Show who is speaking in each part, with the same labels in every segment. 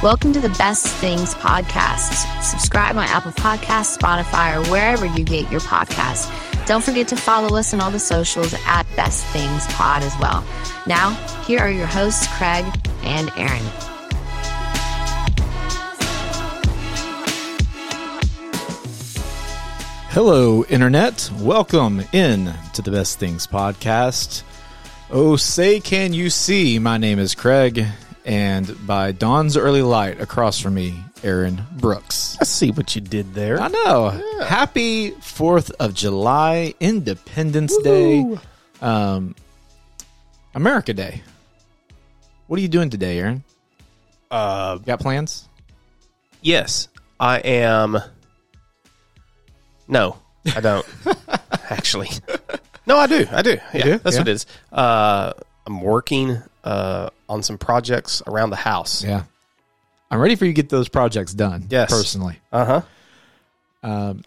Speaker 1: Welcome to the Best Things Podcast. Subscribe on Apple Podcasts, Spotify, or wherever you get your podcasts. Don't forget to follow us on all the socials at Best Things Pod as well. Now, here are your hosts, Craig and Aaron.
Speaker 2: Hello, Internet. Welcome in to the Best Things Podcast. Oh, say, can you see? My name is Craig, and by dawn's early light across from me, Aaron Brooks.
Speaker 3: I see what you did there.
Speaker 2: I know. Happy 4th of July, Independence Day, um, America Day. What are you doing today, Aaron? Uh, Got plans?
Speaker 3: Yes, I am. No, I don't. actually, no, I do. I do. Yeah,
Speaker 2: do?
Speaker 3: that's
Speaker 2: Yeah.
Speaker 3: what it is. Uh, I'm working uh, on some projects around the house.
Speaker 2: Yeah. I'm ready for you to get those projects done.
Speaker 3: Yes.
Speaker 2: Personally.
Speaker 3: Uh huh.
Speaker 2: Um,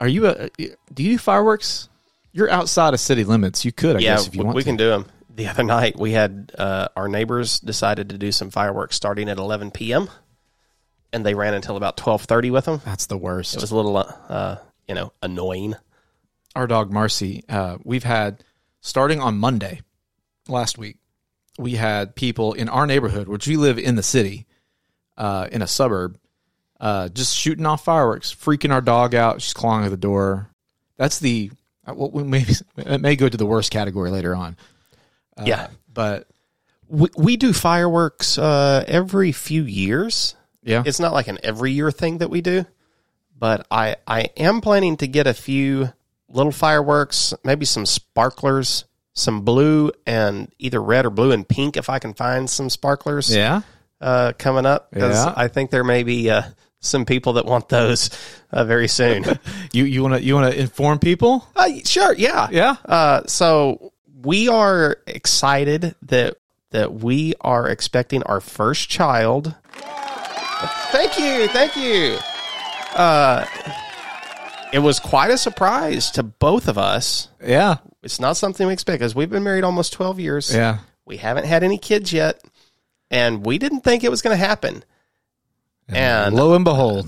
Speaker 2: are you a, uh, do you do fireworks? You're outside of city limits. You could, I
Speaker 3: Yeah,
Speaker 2: guess, if you
Speaker 3: we,
Speaker 2: want
Speaker 3: we
Speaker 2: to.
Speaker 3: can do them. The other night, we had uh, our neighbors decided to do some fireworks starting at 11 p.m. and they ran until about 12:30 with them.
Speaker 2: That's the worst.
Speaker 3: It was a little, uh, uh, you know, annoying.
Speaker 2: Our dog Marcy. Uh, we've had starting on Monday last week. We had people in our neighborhood, which we live in the city, uh, in a suburb, uh, just shooting off fireworks, freaking our dog out. She's clawing at the door. That's the uh, what we maybe it may go to the worst category later on, Uh,
Speaker 3: yeah,
Speaker 2: but
Speaker 3: we, we do fireworks uh, every few years.
Speaker 2: yeah,
Speaker 3: it's not like an every year thing that we do, but I I am planning to get a few little fireworks, maybe some sparklers, some blue and either red or blue and pink if I can find some sparklers
Speaker 2: yeah.
Speaker 3: uh, coming up because
Speaker 2: Yeah.
Speaker 3: I think there may be uh, some people that want those uh, very soon.
Speaker 2: You you want to you want to inform people?
Speaker 3: uh, sure, yeah,
Speaker 2: Yeah.
Speaker 3: Uh, so we are excited that that we are expecting our first child. Thank you, thank you. Uh, it was quite a surprise to both of us.
Speaker 2: Yeah.
Speaker 3: It's not something we expect because we've been married almost twelve years.
Speaker 2: Yeah.
Speaker 3: We haven't had any kids yet, and we didn't think it was going to happen. And
Speaker 2: Lo and behold,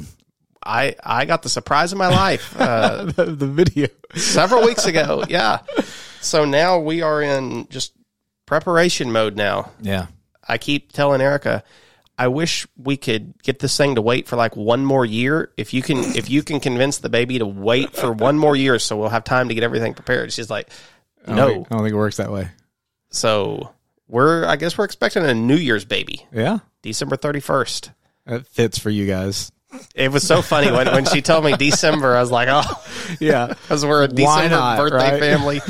Speaker 3: I, I got the surprise of my life. Uh,
Speaker 2: the, the video.
Speaker 3: several weeks ago. Yeah. So now we are in just preparation mode now.
Speaker 2: Yeah.
Speaker 3: I keep telling Erica, I wish we could get this thing to wait for like one more year. If you can if you can convince the baby to wait for one more year so we'll have time to get everything prepared. She's like,
Speaker 2: I don't,
Speaker 3: "No."
Speaker 2: think, I don't think it works that way.
Speaker 3: So we're I guess we're expecting a New Year's baby,
Speaker 2: Yeah.
Speaker 3: December 31st.
Speaker 2: It fits for you guys.
Speaker 3: It was so funny when, when she told me December, I was like, "Oh,
Speaker 2: Yeah.
Speaker 3: because we're a December
Speaker 2: not,
Speaker 3: birthday
Speaker 2: right?
Speaker 3: family.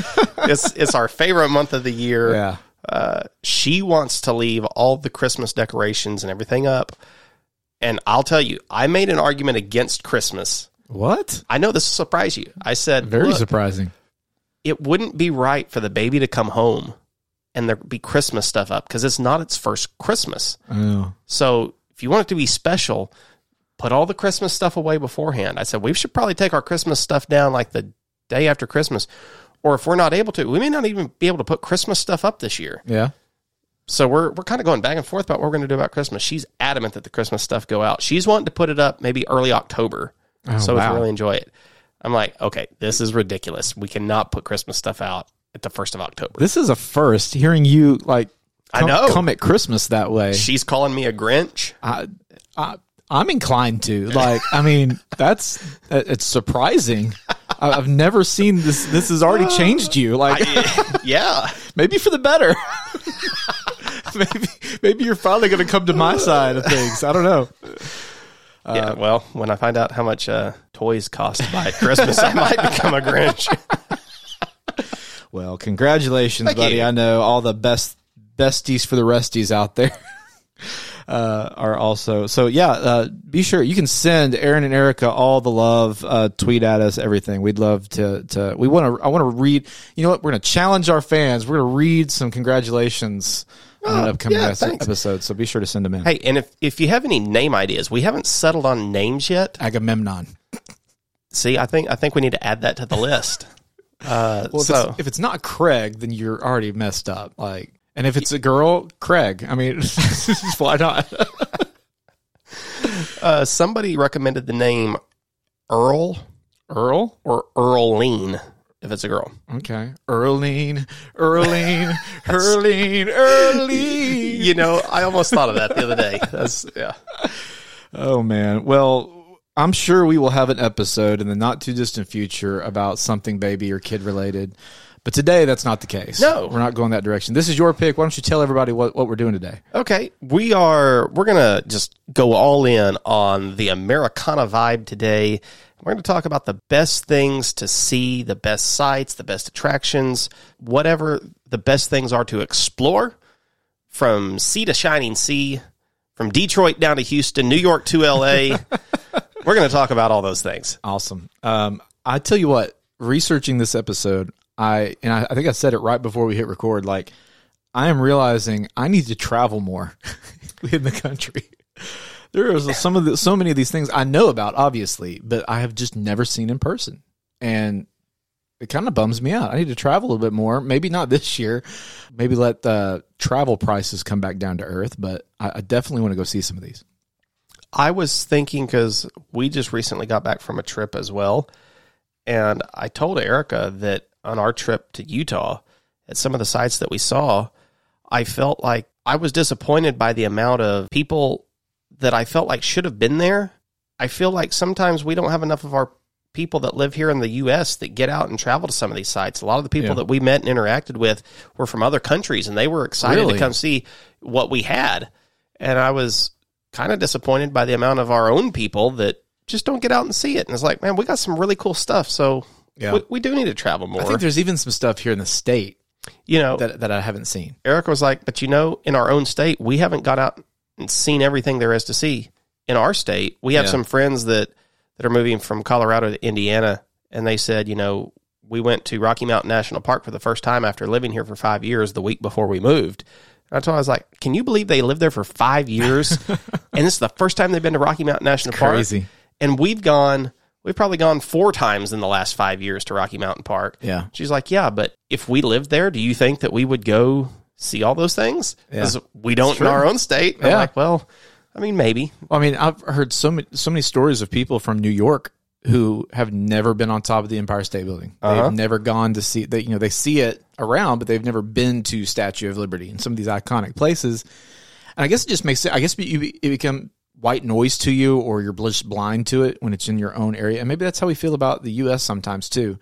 Speaker 3: it's it's our favorite month of the year.
Speaker 2: yeah.
Speaker 3: uh, she wants to leave all the Christmas decorations and everything up. And I'll tell you, I made an argument against Christmas.
Speaker 2: What?
Speaker 3: I know this will surprise you. I said,
Speaker 2: Very
Speaker 3: Look,
Speaker 2: surprising.
Speaker 3: it wouldn't be right for the baby to come home and there be Christmas stuff up because it's not its first Christmas.
Speaker 2: Oh.
Speaker 3: So if you want it to be special, put all the Christmas stuff away beforehand. I said, we should probably take our Christmas stuff down like the day after Christmas. Or if we're not able to, we may not even be able to put Christmas stuff up this year.
Speaker 2: Yeah.
Speaker 3: so we're we're kind of going back and forth about what we're going to do about Christmas. She's adamant that the Christmas stuff go out. She's wanting to put it up maybe early October,
Speaker 2: Oh,
Speaker 3: so we
Speaker 2: wow.
Speaker 3: can really enjoy it. I'm like, okay, this is ridiculous. We cannot put Christmas stuff out at the first of October.
Speaker 2: This is a first hearing you like
Speaker 3: I
Speaker 2: come,
Speaker 3: know.
Speaker 2: come at Christmas that way.
Speaker 3: She's calling me a Grinch.
Speaker 2: I, I I'm inclined to. Like, I mean, that's uh, it's surprising. I- I've never seen this. This has already changed you. Like,
Speaker 3: yeah,
Speaker 2: maybe for the better. maybe maybe you're finally going to come to my side of things. I don't know.
Speaker 3: yeah. Well, when I find out how much uh, toys cost by Christmas, I might become a Grinch.
Speaker 2: Well, congratulations,
Speaker 3: Thank
Speaker 2: buddy.
Speaker 3: you.
Speaker 2: I know all the best besties for the resties out there. Uh, are also so yeah. Uh, be sure you can send Aaron and Erica all the love. Uh, tweet at us everything. We'd love to. to we want to. I want to read. You know what? We're going to challenge our fans. We're going to read some congratulations on an upcoming
Speaker 3: yeah,
Speaker 2: es-
Speaker 3: thanks.
Speaker 2: episode. So be sure to send them in.
Speaker 3: hey, and if if you have any name ideas, we haven't settled on names yet.
Speaker 2: Agamemnon.
Speaker 3: See, I think I think we need to add that to the list. Uh,
Speaker 2: Well, if,
Speaker 3: so
Speaker 2: it's, if it's not Craig, then you're already messed up. Like, and if it's a girl, Craig. I mean, why not?
Speaker 3: Uh, somebody recommended the name Earl
Speaker 2: Earl?
Speaker 3: or Earline if it's a girl.
Speaker 2: Okay. Earline, Earline, Earline, Earline.
Speaker 3: You know, I almost thought of that the other day. That's yeah.
Speaker 2: Oh, man. Well, I'm sure we will have an episode in the not too distant future about something baby or kid related. But today, that's not the case.
Speaker 3: No.
Speaker 2: We're not going that direction. This is your pick. Why don't you tell everybody what, what we're doing today?
Speaker 3: Okay, we are we're gonna just go all in on the Americana vibe today. We're gonna talk about the best things to see, the best sites, the best attractions, whatever the best things are to explore, from sea to shining sea, from Detroit down to Houston, New York to LA. we're gonna talk about all those things.
Speaker 2: Awesome. Um, I tell you what, researching this episode, I and I, I think I said it right before we hit record. Like, I am realizing I need to travel more in the country. There is some of the, so many of these things I know about, obviously, but I have just never seen in person, and it kind of bums me out. I need to travel a little bit more. Maybe not this year. Maybe let the travel prices come back down to earth. But I, I definitely want to go see some of these.
Speaker 3: I was thinking because we just recently got back from a trip as well, and I told Erica that on our trip to Utah, at some of the sites that we saw, I felt like I was disappointed by the amount of people that I felt like should have been there. I feel like sometimes we don't have enough of our people that live here in the U.S. that get out and travel to some of these sites. A lot of the people
Speaker 2: Yeah.
Speaker 3: that we met and interacted with were from other countries, and they were excited
Speaker 2: Really?
Speaker 3: to come see what we had. And I was kind of disappointed by the amount of our own people that just don't get out and see it. And it's like, man, we got some really cool stuff. So
Speaker 2: Yeah.
Speaker 3: we, we do need to travel more.
Speaker 2: I think there's even some stuff here in the state
Speaker 3: you know,
Speaker 2: that that I haven't seen.
Speaker 3: Erica was like, but you know, in our own state, we haven't got out and seen everything there is to see in our state. We have
Speaker 2: Yeah.
Speaker 3: some friends that, that are moving from Colorado to Indiana. And they said, you know, we went to Rocky Mountain National Park for the first time after living here for five years the week before we moved. And I told her, I was like, can you believe they lived there for five years? and this is the first time they've been to Rocky Mountain National Park
Speaker 2: Crazy.
Speaker 3: and we've gone we've probably gone four times in the last five years to rocky mountain park
Speaker 2: Yeah.
Speaker 3: she's like yeah but if we lived there do you think that we would go see all those things because we don't in our own state And I'm
Speaker 2: Yeah.
Speaker 3: like well i mean maybe
Speaker 2: Well, I mean, I've heard so many so many stories of people from New York who have never been on top of the Empire State Building. They've never gone to see they you know they see it around, but they've never been to Statue of Liberty and some of these iconic places. And I guess it just makes it. I guess you it become white noise to you, or you're blis- blind to it when it's in your own area. And maybe that's how we feel about the U.S. sometimes too.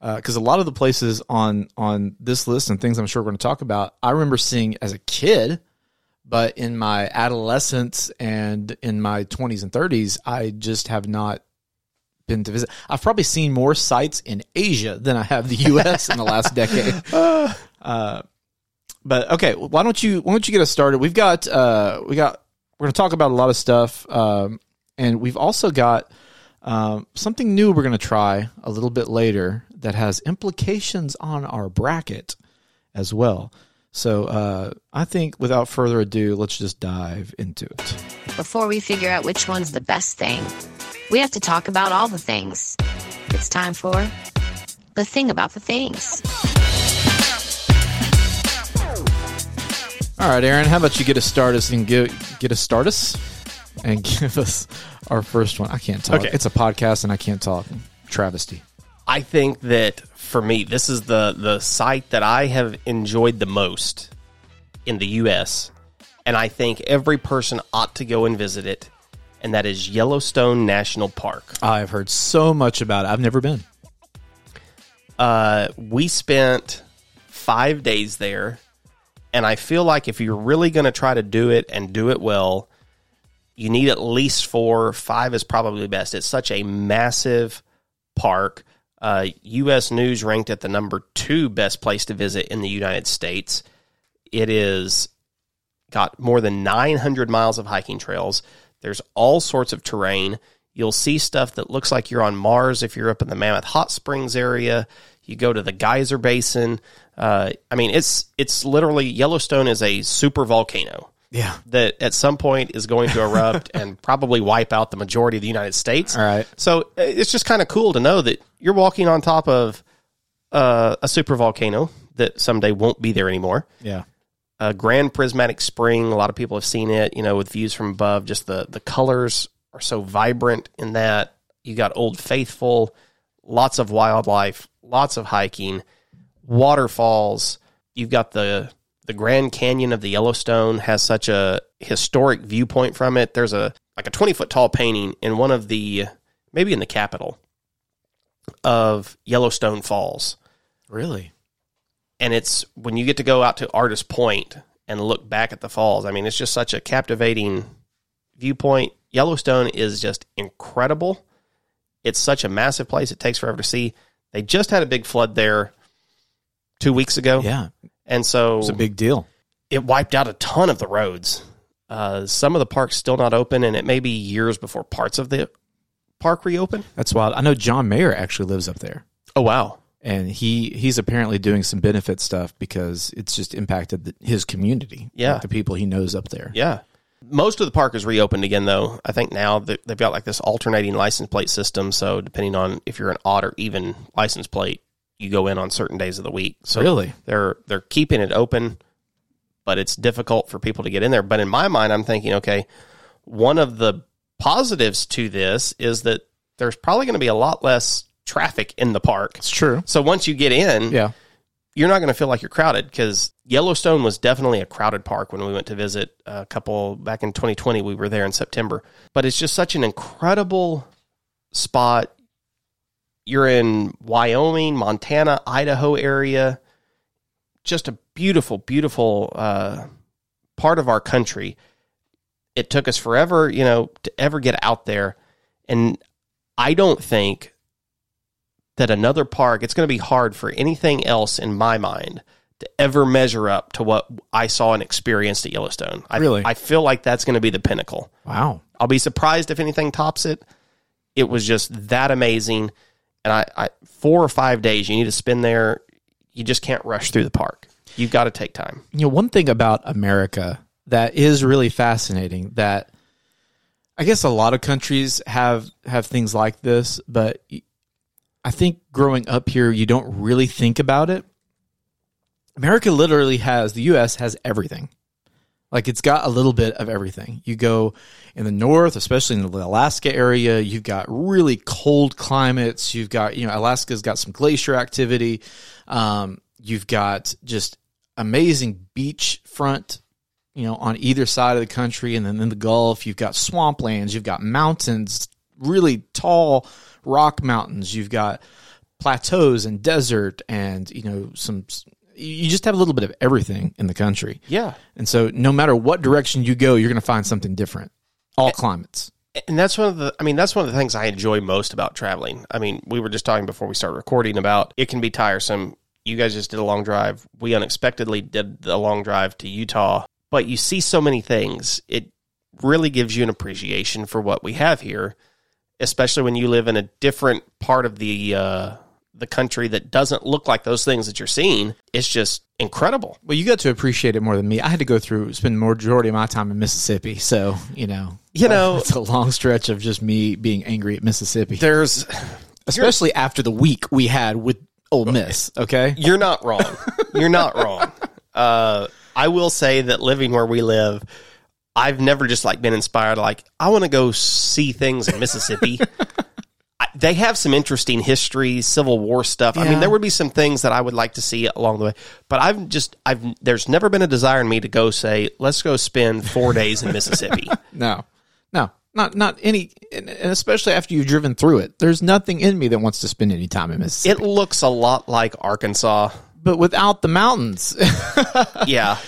Speaker 2: Because a lot of the places on on this list and things I'm sure we're going to talk about, I remember seeing as a kid but in my adolescence and in my 20s and 30s i just have not been to visit i've probably seen more sites in asia than i have the us in the last decade uh, but okay why don't you why don't you get us started we've got uh, we got we're going to talk about a lot of stuff um, and we've also got um, something new we're going to try a little bit later that has implications on our bracket as well. So uh, I think without further ado, let's just dive into it.
Speaker 1: Before we figure out which one's the best thing, we have to talk about all the things. It's time for the thing about the things.
Speaker 2: All right, Aaron, how about you get us started and get, get us started and give us our first one? I can't talk.
Speaker 3: Okay.
Speaker 2: It's a podcast and I can't talk. Travesty.
Speaker 3: i think that for me this is the the site that i have enjoyed the most in the us and i think every person ought to go and visit it and that is yellowstone national park
Speaker 2: I've heard so much about it. I've never been.
Speaker 3: uh, we spent five days there, and I feel like if you're really going to try to do it and do it well, you need at least four. Five is probably best. It's such a massive park. Uh, U.S. News ranked it the number two best place to visit in the United States. It is got more than 900 miles of hiking trails. There's all sorts of terrain. You'll see stuff that looks like you're on Mars if you're up in the Mammoth Hot Springs area. You go to the Geyser Basin. Uh, I mean, it's it's literally Yellowstone is a super volcano
Speaker 2: Yeah.
Speaker 3: that at some point is going to erupt and probably wipe out the majority of the United States.
Speaker 2: All right.
Speaker 3: So uh, it's just kind of cool to know that you're walking on top of uh, a super volcano that someday won't be there anymore
Speaker 2: Yeah.
Speaker 3: uh, Grand Prismatic Spring. A lot of people have seen it, you know, with views from above, just the the colors are so vibrant in that. You got Old Faithful, lots of wildlife, lots of hiking, waterfalls. You've got the the Grand Canyon of the Yellowstone has such a historic viewpoint from it. There's a like a 20 foot tall painting in one of the maybe in the capital of Yellowstone Falls
Speaker 2: Really?
Speaker 3: and it's when you get to go out to Artist Point and look back at the falls. I mean, it's just such a captivating viewpoint. Yellowstone is just incredible. It's such a massive place. It takes forever to see. They just had a big flood there two weeks ago,
Speaker 2: Yeah.
Speaker 3: and so
Speaker 2: It's a big deal.
Speaker 3: it wiped out a ton of the roads. Uh, some of the parks still not open, and it may be years before parts of the park reopen.
Speaker 2: That's wild. I know John Mayer actually lives up there.
Speaker 3: Oh wow!
Speaker 2: and he he's apparently doing some benefit stuff because it's just impacted the, his community,
Speaker 3: Yeah.
Speaker 2: like the people he knows up there.
Speaker 3: Yeah. Most of the park is reopened again, though. I think now that they've got like this alternating license plate system. So depending on if you're an odd or even license plate, you go in on certain days of the week. So
Speaker 2: Really?
Speaker 3: they're they're keeping it open, but it's difficult for people to get in there. But in my mind, I'm thinking, okay, one of the positives to this is that there's probably going to be a lot less traffic in the park.
Speaker 2: It's true.
Speaker 3: So once you get in,
Speaker 2: Yeah,
Speaker 3: you're not going to feel like you're crowded because Yellowstone was definitely a crowded park when we went to visit a couple back in 2020. We were there in September, but it's just such an incredible spot. You're in Wyoming, Montana, Idaho area, just a beautiful, beautiful uh, part of our country. It took us forever, you know, to ever get out there. And I don't think that another park, it's going to be hard for anything else in my mind to ever measure up to what I saw and experienced at Yellowstone. I,
Speaker 2: Really?
Speaker 3: I feel like that's going to be the pinnacle.
Speaker 2: wow.
Speaker 3: I'll be surprised if anything tops it. It was just that amazing. And I, I four or five days you need to spend there. You just can't rush through the park. You've got to take time.
Speaker 2: You know, one thing about America that is really fascinating that I guess a lot of countries have have things like this, but y- I think growing up here, you don't really think about it. America literally has the U.S. has everything. Like it's got a little bit of everything. You go in the north, especially in the Alaska area, you've got really cold climates. You've got, you know, Alaska's got some glacier activity. Um, you've got just amazing beachfront, you know, on either side of the country. And then in the Gulf, you've got swamplands, you've got mountains, really tall rock mountains. You've got plateaus and desert and, you know, some, you just have a little bit of everything in the country.
Speaker 3: Yeah.
Speaker 2: And so, no matter what direction you go, you're going to find something different. All climates.
Speaker 3: and that's one of the i mean that's one of the things i enjoy most about traveling i mean we were just talking before we started recording about it can be tiresome you guys just did a long drive we unexpectedly did the long drive to utah but you see so many things it really gives you an appreciation for what we have here especially when you live in a different part of the uh the country that doesn't look like those things that you're seeing it's just incredible
Speaker 2: Well, you got to appreciate it more than me. I had to go through spend majority of my time in Mississippi, so you know,
Speaker 3: You know-
Speaker 2: it's a long stretch of just me being angry at Mississippi,
Speaker 3: there's
Speaker 2: especially after the week we had with Ole Miss. Okay,
Speaker 3: You're not wrong. You're not wrong. Uh, I will say that living where we live, I've never just like been inspired. Like I want to go see things in Mississippi. I, they have some interesting history, Civil War stuff. I
Speaker 2: Yeah.
Speaker 3: mean, there would be some things that I would like to see along the way. But I've just I've there's never been a desire in me to go say let's go spend four days in Mississippi.
Speaker 2: no, no, not not any, and and especially after you've driven through it. There's nothing in me that wants to spend any time in Mississippi,
Speaker 3: it looks a lot like Arkansas.
Speaker 2: but without the mountains.
Speaker 3: Yeah,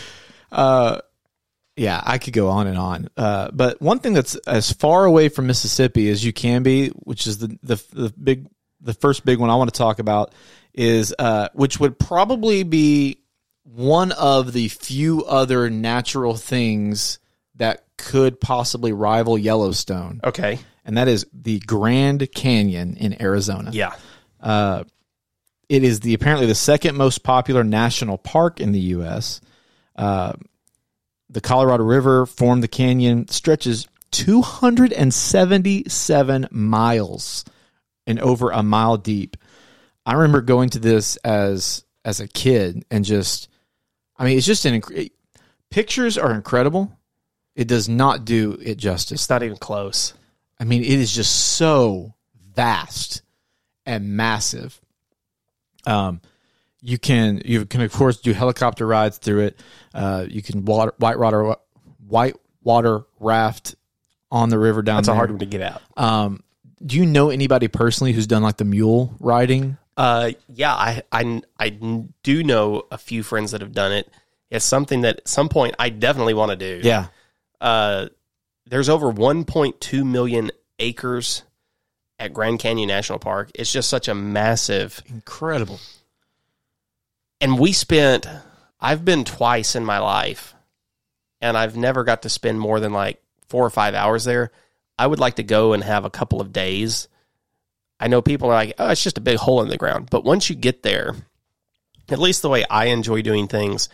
Speaker 2: yeah, I could go on and on. Uh, but one thing that's as far away from Mississippi as you can be, which is the the, the big the first big one I want to talk about is uh, which would probably be one of the few other natural things that could possibly rival Yellowstone,
Speaker 3: okay,
Speaker 2: and that is the Grand Canyon in Arizona.
Speaker 3: yeah,
Speaker 2: It is the apparently the second most popular national park in the U.S. Uh, the Colorado River formed the canyon, stretches 277 miles and over a mile deep. I remember going to this as as a kid and just, I mean, it's just an inc- pictures are incredible. It does not do it justice.
Speaker 3: it's not even close.
Speaker 2: I mean, it is just so vast and massive. Um, you can you can of course do helicopter rides through it. Uh, you can water, white water white water raft on the river down
Speaker 3: That's
Speaker 2: there.
Speaker 3: a hard one to get out.
Speaker 2: Um, do you know anybody personally who's done like the mule riding?
Speaker 3: Uh, yeah, I, I, I do know a few friends that have done it. It's something that at some point I definitely want to do.
Speaker 2: Yeah,
Speaker 3: Uh, there's over 1.2 million acres at Grand Canyon National Park. It's just such a massive.
Speaker 2: incredible.
Speaker 3: And we spent, I've been twice in my life, and I've never got to spend more than like four or five hours there. I would like to go and have a couple of days. I know people are like, oh, it's just a big hole in the ground. But once you get there, at least the way I enjoy doing things,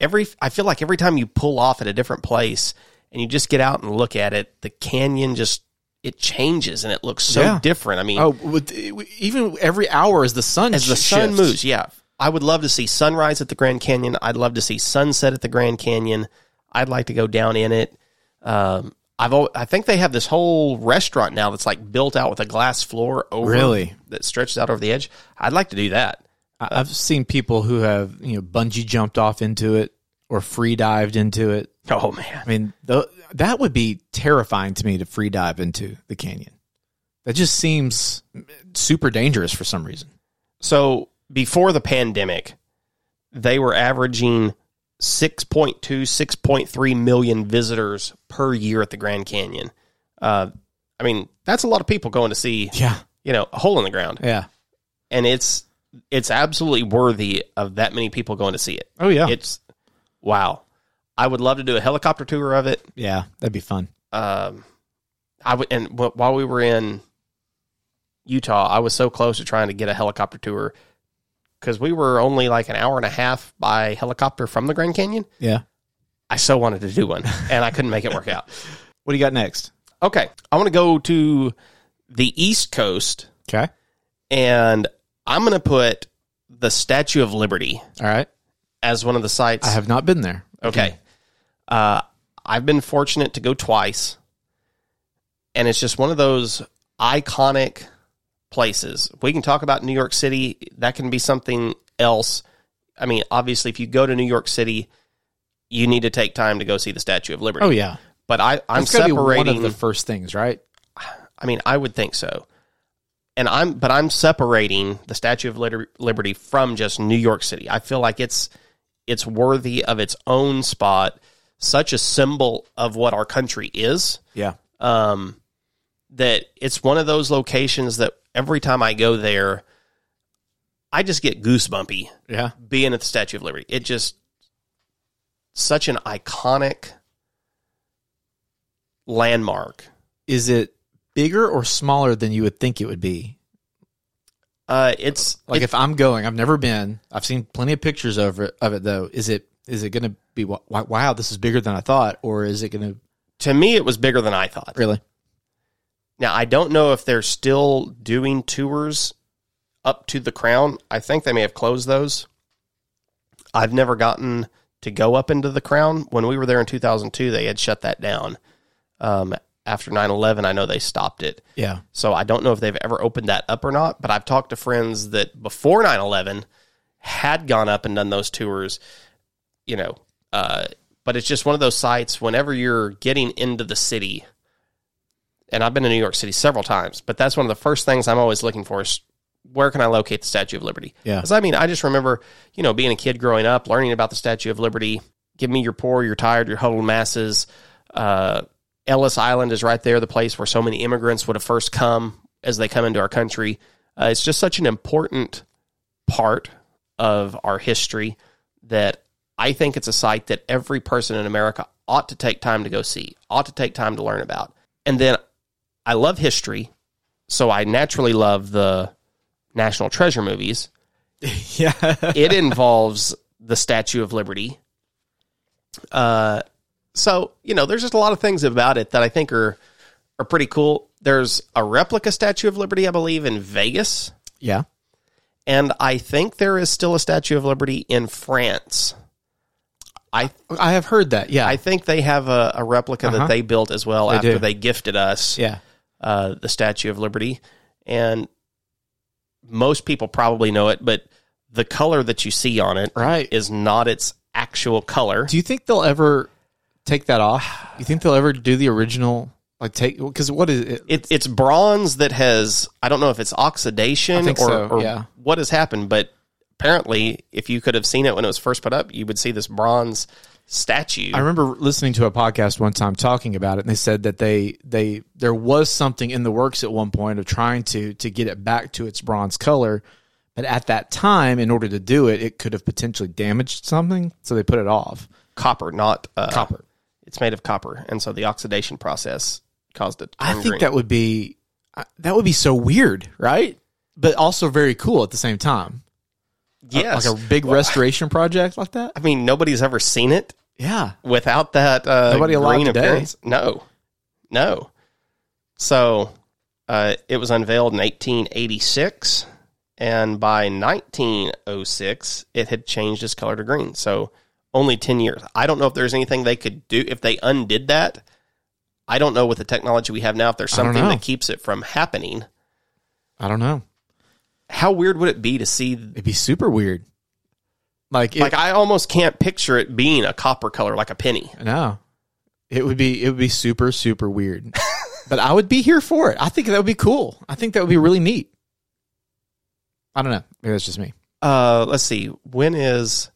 Speaker 3: every I feel like every time you pull off at a different place and you just get out and look at it, the canyon just it changes and it looks so
Speaker 2: Yeah.
Speaker 3: different. I mean,
Speaker 2: Oh, with, even every hour as the sun
Speaker 3: as the sun
Speaker 2: shifts.
Speaker 3: moves, yeah. I would love to see sunrise at the Grand Canyon. I'd love to see sunset at the Grand Canyon. I'd like to go down in it. Um, I've al- I think they have this whole restaurant now that's like built out with a glass floor over
Speaker 2: Really?
Speaker 3: that stretches out over the edge. I'd like to do that.
Speaker 2: I- I've seen people who have you know bungee jumped off into it or free dived into it.
Speaker 3: Oh man,
Speaker 2: I mean, th- that would be terrifying to me to free dive into the canyon. That just seems super dangerous for some reason.
Speaker 3: So before the pandemic, they were averaging 6.2, 6.3 million visitors per year at the Grand Canyon. Uh, I mean, that's a lot of people going to see,
Speaker 2: Yeah,
Speaker 3: you know, a hole in the ground.
Speaker 2: yeah.
Speaker 3: And it's it's absolutely worthy of that many people going to see it.
Speaker 2: Oh yeah,
Speaker 3: It's wow. I would love to do a helicopter tour of it.
Speaker 2: yeah. That'd be fun.
Speaker 3: Um, I would, and wh- while we were in Utah, I was so close to trying to get a helicopter tour because we were only like an hour and a half by helicopter from the Grand Canyon.
Speaker 2: Yeah.
Speaker 3: I so wanted to do one, and I couldn't make it work out.
Speaker 2: What do you got next?
Speaker 3: Okay, I want to go to the East Coast,
Speaker 2: Okay.
Speaker 3: and I'm going to put the Statue of Liberty
Speaker 2: All right.
Speaker 3: as one of the sites.
Speaker 2: I have not been there.
Speaker 3: Okay. Uh, I've been fortunate to go twice, and it's just one of those iconic places. We can talk about New York City, that can be something else. I mean, obviously, if you go to New York City, you need to take time to go see the Statue of Liberty.
Speaker 2: Oh yeah.
Speaker 3: But I, I'm
Speaker 2: That's gotta be
Speaker 3: separating.
Speaker 2: one of the first things, right?
Speaker 3: I mean, I would think so. And I'm, but I'm separating the Statue of Liter- Liberty from just New York City. I feel like it's, it's worthy of its own spot, such a symbol of what our country is.
Speaker 2: Yeah.
Speaker 3: Um, that it's one of those locations that every time I go there, I just get goosebumpy
Speaker 2: Yeah.
Speaker 3: being at the Statue of Liberty. It just such an iconic landmark.
Speaker 2: Is it bigger or smaller than you would think it would be?
Speaker 3: Uh, it's
Speaker 2: Like if I'm going, I've never been. I've seen plenty of pictures of it, of it though. Is it is it going to be wa- wa- wow, this is bigger than I thought or is it going to
Speaker 3: to me it was bigger than i thought
Speaker 2: really?
Speaker 3: now i don't know if they're still doing tours up to the crown i think they may have closed those i've never gotten to go up into the crown when we were there in 2002 they had shut that down um, after 9-11 i know they stopped it
Speaker 2: Yeah.
Speaker 3: so i don't know if they've ever opened that up or not but i've talked to friends that before 9-11 had gone up and done those tours you know uh, but it's just one of those sites whenever you're getting into the city and I've been to New York City several times, but that's one of the first things I'm always looking for is where can I locate the Statue of Liberty?
Speaker 2: Yeah.
Speaker 3: Because I mean, I just remember, you know, being a kid growing up, learning about the Statue of Liberty. Give me your poor, your tired, your huddled masses. Uh, Ellis Island is right there, the place where so many immigrants would have first come as they come into our country. Uh, it's just such an important part of our history that I think it's a site that every person in America ought to take time to go see, ought to take time to learn about. And then I love history, so I naturally love the National Treasure movies.
Speaker 2: Yeah.
Speaker 3: It involves the Statue of Liberty. Uh, so you know, there's just a lot of things about it that I think are are pretty cool. There's a replica Statue of Liberty, I believe, in Vegas,
Speaker 2: yeah.
Speaker 3: and I think there is still a Statue of Liberty in France. I
Speaker 2: I have heard that. Yeah.
Speaker 3: I think they have a, a replica
Speaker 2: Uh-huh.
Speaker 3: that they built as well
Speaker 2: They
Speaker 3: after
Speaker 2: do.
Speaker 3: they gifted us.
Speaker 2: yeah.
Speaker 3: uh, the Statue of Liberty, and most people probably know it, but the color that you see on it
Speaker 2: Right.
Speaker 3: is not its actual color.
Speaker 2: Do you think they'll ever take that off? You think they'll ever do the original? Like take because what is it?
Speaker 3: it, it's bronze that has I don't know if it's oxidation
Speaker 2: I think
Speaker 3: or,
Speaker 2: so,
Speaker 3: or
Speaker 2: yeah.
Speaker 3: what has happened, but apparently, if you could have seen it when it was first put up, you would see this bronze statue.
Speaker 2: I remember listening to a podcast one time talking about it, and they said that they they there was something in the works at one point of trying to to get it back to its bronze color, but at that time, in order to do it, it could have potentially damaged something, so they put it off.
Speaker 3: copper, not uh, copper. It's made of copper, and so the oxidation process caused it. To
Speaker 2: I
Speaker 3: turn
Speaker 2: think
Speaker 3: green.
Speaker 2: that would be uh, that would be so weird, right? But also very cool at the same time.
Speaker 3: yes,
Speaker 2: Like a big restoration project like that.
Speaker 3: I mean nobody's ever seen it
Speaker 2: Yeah.
Speaker 3: without that uh,
Speaker 2: Nobody alive
Speaker 3: green
Speaker 2: today.
Speaker 3: appearance. No, no. So uh, it was unveiled in 1886, and by 1906, it had changed its color to green. So only 10 years. I don't know if there's anything they could do if they undid that. I don't know with the technology we have now if there's
Speaker 2: I don't
Speaker 3: something
Speaker 2: know.
Speaker 3: that keeps it from happening.
Speaker 2: I don't know.
Speaker 3: How weird would it be to see?
Speaker 2: It'd be super weird. Like, it,
Speaker 3: Like I almost can't picture it being a copper color, like a penny.
Speaker 2: no, it would be it would be super super weird. but I would be here for it. I think that would be cool. I think that would be really neat. I don't know. Maybe that's just me.
Speaker 3: Uh, let's see. When is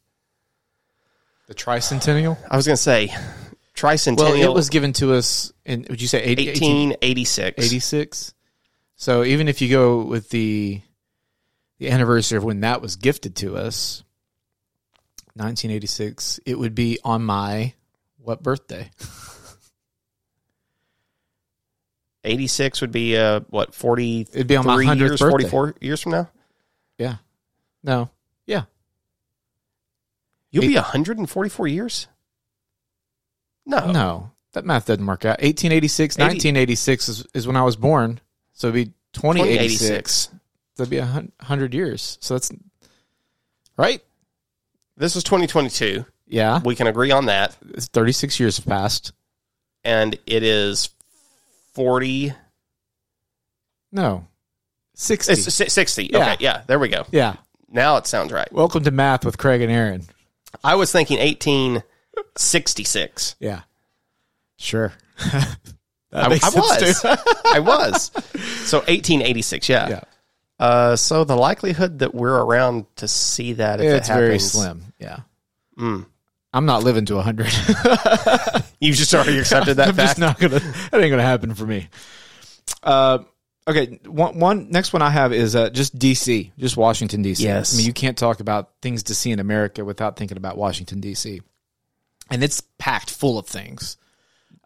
Speaker 2: The tricentennial.
Speaker 3: I was going to say tricentennial
Speaker 2: Well, it was given to us in. Would you say 80,
Speaker 3: 1886.
Speaker 2: 86 so even if you go with the the anniversary of when that was gifted to us 1986 it would be on my what birthday
Speaker 3: 86 would be uh what 40
Speaker 2: it'd be on my 100th
Speaker 3: years,
Speaker 2: birthday
Speaker 3: 44 years from now.
Speaker 2: yeah no yeah
Speaker 3: You'll be
Speaker 2: Eight-
Speaker 3: 144 years? No.
Speaker 2: no that math doesn't work out 1886
Speaker 3: Eighty-
Speaker 2: 1986 is, is when i was born so it'd be 2086
Speaker 3: 2086.
Speaker 2: that'd be a 100 years so that's right
Speaker 3: This is 2022.
Speaker 2: yeah
Speaker 3: We can agree on that
Speaker 2: it's 36 years have passed
Speaker 3: and it is 40
Speaker 2: no 60
Speaker 3: it's si- 60.
Speaker 2: Yeah.
Speaker 3: Okay, yeah, there we go.
Speaker 2: yeah
Speaker 3: Now it sounds right.
Speaker 2: Welcome to math with Craig and Aaron.
Speaker 3: I was thinking 1866.
Speaker 2: Yeah. Sure.
Speaker 3: I, I was. I was. So 1886, yeah.
Speaker 2: yeah.
Speaker 3: Uh, so the likelihood that we're around to see that if
Speaker 2: It's
Speaker 3: it happens,
Speaker 2: very slim. Yeah.
Speaker 3: Mm.
Speaker 2: I'm not living to 100.
Speaker 3: You've just already accepted that
Speaker 2: I'm just
Speaker 3: fact.
Speaker 2: not going to, that ain't going to happen for me. Uh, okay. One, one, next one I have is uh, just DC, just Washington, DC.
Speaker 3: Yes.
Speaker 2: I mean, you can't talk about things to see in America without thinking about Washington, DC. And it's packed full of things.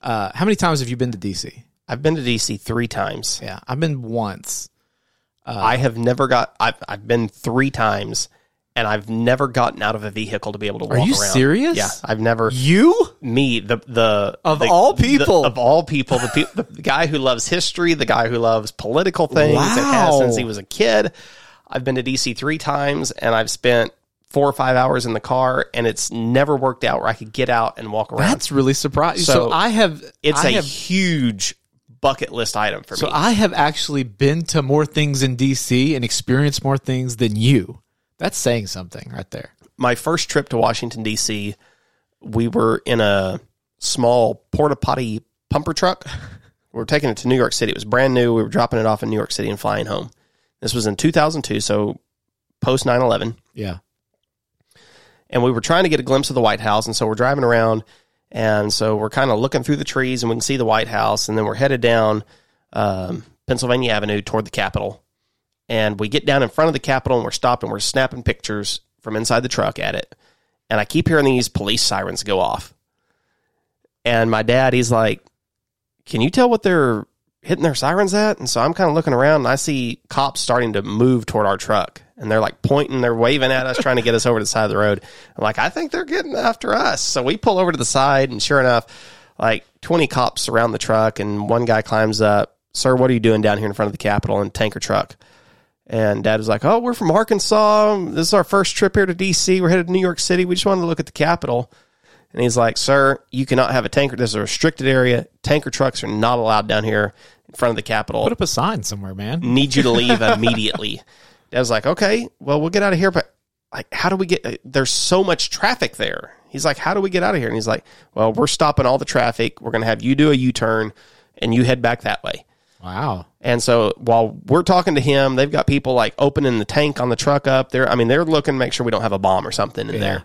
Speaker 2: Uh, how many times have you been to DC?
Speaker 3: I've been to DC three times.
Speaker 2: Yeah. I've been once.
Speaker 3: I have never got. I've I've been three times, and I've never gotten out of a vehicle to be able to walk.
Speaker 2: Are you
Speaker 3: around.
Speaker 2: serious?
Speaker 3: Yeah, I've never.
Speaker 2: You?
Speaker 3: me the the
Speaker 2: Of
Speaker 3: the-
Speaker 2: all
Speaker 3: the-
Speaker 2: people.
Speaker 3: of all people the, pe- the guy who loves history the guy who loves political things and has
Speaker 2: Wow.
Speaker 3: since he was a kid i've been to dc three times and i've spent four or five hours in the car and it's never worked out where i could get out and walk around
Speaker 2: That's really surprising. So,
Speaker 3: So,
Speaker 2: I have
Speaker 3: it's
Speaker 2: I
Speaker 3: a
Speaker 2: have,
Speaker 3: huge bucket list item for
Speaker 2: so
Speaker 3: me
Speaker 2: I have actually been to more things in DC and experienced more things than you. That's saying something right there.
Speaker 3: my first trip to washington d.c we were in a small porta potty pumper truck. We were taking it to New York City. It was brand new. We were dropping it off in New York City and flying home. This was in 2002, so post 9 11.
Speaker 2: Yeah.
Speaker 3: And we were trying to get a glimpse of the White House. And so we're driving around. And so we're kind of looking through the trees and we can see the White House. And then we're headed down um, Pennsylvania Avenue toward the Capitol. And we get down in front of the Capitol and we're stopped and we're snapping pictures from inside the truck at it. And I keep hearing these police sirens go off. And my dad, he's like, Can you tell what they're hitting their sirens at? And so I'm kind of looking around and I see cops starting to move toward our truck. And they're like pointing, they're waving at us, trying to get us over to the side of the road. I'm like, I think they're getting after us. So we pull over to the side, and sure enough, like 20 cops surround the truck. And one guy climbs up, Sir, what are you doing down here in front of the Capitol in a tanker truck? And dad was like, Oh, we're from Arkansas. This is our first trip here to DC. We're headed to New York City. We just wanted to look at the Capitol. And he's like, Sir, you cannot have a tanker. This is a restricted area. Tanker trucks are not allowed down here in front of the Capitol.
Speaker 2: Put up a sign somewhere, man.
Speaker 3: Need you to leave immediately. I was like, Okay, well, we'll get out of here. But like, how do we get uh, there's so much traffic there? He's like, How do we get out of here? And he's like, Well, we're stopping all the traffic. We're gonna have you do a U turn and you head back that way.
Speaker 2: Wow.
Speaker 3: And so while we're talking to him, they've got people like opening the tank on the truck up there. I mean, they're looking to make sure we don't have a bomb or something in there.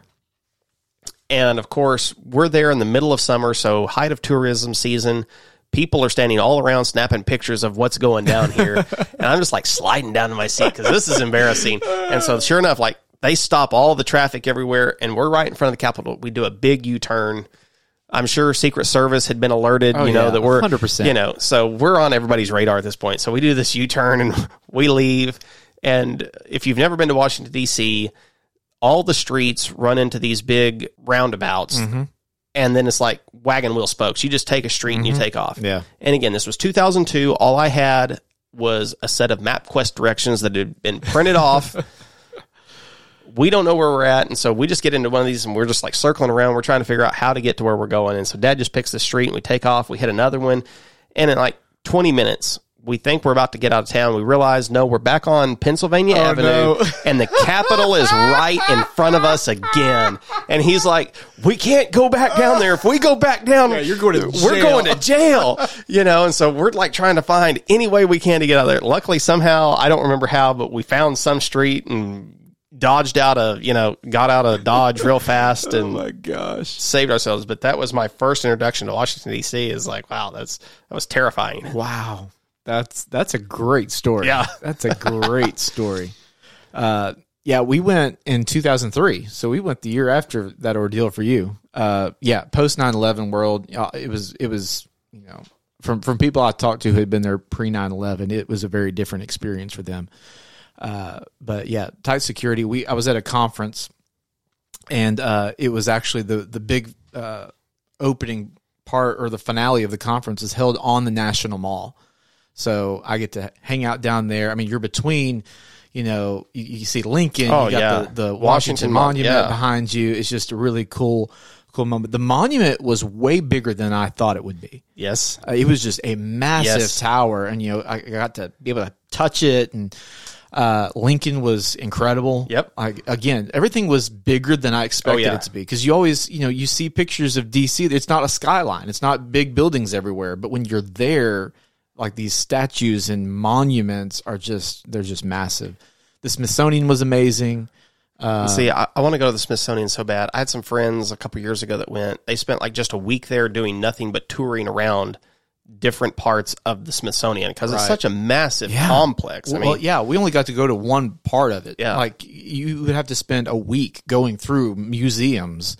Speaker 3: And of course, we're there in the middle of summer, so height of tourism season. People are standing all around snapping pictures of what's going down here. and I'm just like sliding down to my seat because this is embarrassing. And so, sure enough, like they stop all the traffic everywhere, and we're right in front of the Capitol. We do a big U turn. I'm sure Secret Service had been alerted, you know,
Speaker 2: Oh, yeah,
Speaker 3: that we're
Speaker 2: 100%.
Speaker 3: you know, so we're on everybody's radar at this point. So we do this U turn and we leave. And if you've never been to Washington, D.C., all the streets run into these big roundabouts
Speaker 2: Mm-hmm.
Speaker 3: and then it's like wagon wheel spokes you just take a street and you take off
Speaker 2: Mm-hmm. Yeah.
Speaker 3: and again this was 2002 all i had was a set of mapquest directions that had been printed off we don't know where we're at and so we just get into one of these and we're just like circling around we're trying to figure out how to get to where we're going and so dad just picks the street and we take off we hit another one and in like 20 minutes we think we're about to get out of town. We realize, no, we're back on Pennsylvania Avenue,
Speaker 2: no.
Speaker 3: and the Capitol is right in front of us again. And he's like, "We can't go back down there. If we go back down,
Speaker 2: you're going to
Speaker 3: we're
Speaker 2: jail."
Speaker 3: going to jail." You know, and so we're like trying to find any way we can to get out of there. Luckily, somehow I don't remember how, but we found some street and dodged out of you know got out of Dodge real fast and
Speaker 2: Oh gosh.
Speaker 3: saved ourselves. But that was my first introduction to Washington D.C. Is like, wow, that's that was terrifying.
Speaker 2: Wow. That's that's a great story.
Speaker 3: Yeah.
Speaker 2: That's a great story. Uh yeah, we went in 2003. So we went the year after that ordeal for you. Uh yeah, post 9/11 world, uh, it was it was, you know, from from people I talked to who had been there pre 9/11, it was a very different experience for them. Uh but yeah, tight security. We I was at a conference and uh it was actually the the big uh opening part or the finale of the conference is held on the National Mall. So I get to hang out down there. I mean, you're between, you know, you, you see Lincoln,
Speaker 3: Oh,
Speaker 2: you got the,
Speaker 3: yeah.
Speaker 2: the Washington,
Speaker 3: Washington Mon-
Speaker 2: Monument
Speaker 3: yeah.
Speaker 2: behind you. It's just a really cool, cool moment. The monument was way bigger than I thought it would be.
Speaker 3: Yes.
Speaker 2: Uh, it was just a massive
Speaker 3: Yes.
Speaker 2: tower, and you know I got to be able to touch it. And uh, Lincoln was incredible.
Speaker 3: Yep. Oh,
Speaker 2: I, again, everything was bigger than I expected
Speaker 3: yeah.
Speaker 2: it to be because you always, you know, you see pictures of DC. It's not a skyline. It's not big buildings everywhere. But when you're there, like these statues and monuments are just they're just massive. The Smithsonian was amazing.
Speaker 3: See, I, I want to go to the Smithsonian so bad. I had some friends a couple years ago that went. They spent like just a week there doing nothing but touring around different parts of the Smithsonian because it's such a massive complex. I mean,
Speaker 2: well, yeah, we only got to go to one part of it.
Speaker 3: Yeah.
Speaker 2: Like you would have to spend a week going through museums.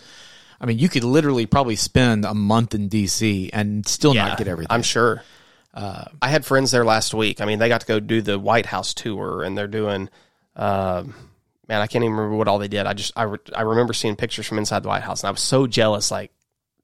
Speaker 2: I mean, you could literally probably spend a month in DC and still
Speaker 3: yeah,
Speaker 2: not get everything.
Speaker 3: I'm sure. Uh, I had friends there last week. I mean, they got to go do the White House tour, and they're doing. um man, I can't even remember what all they did. I just I, re- I remember seeing pictures from inside the White House, and I was so jealous. Like,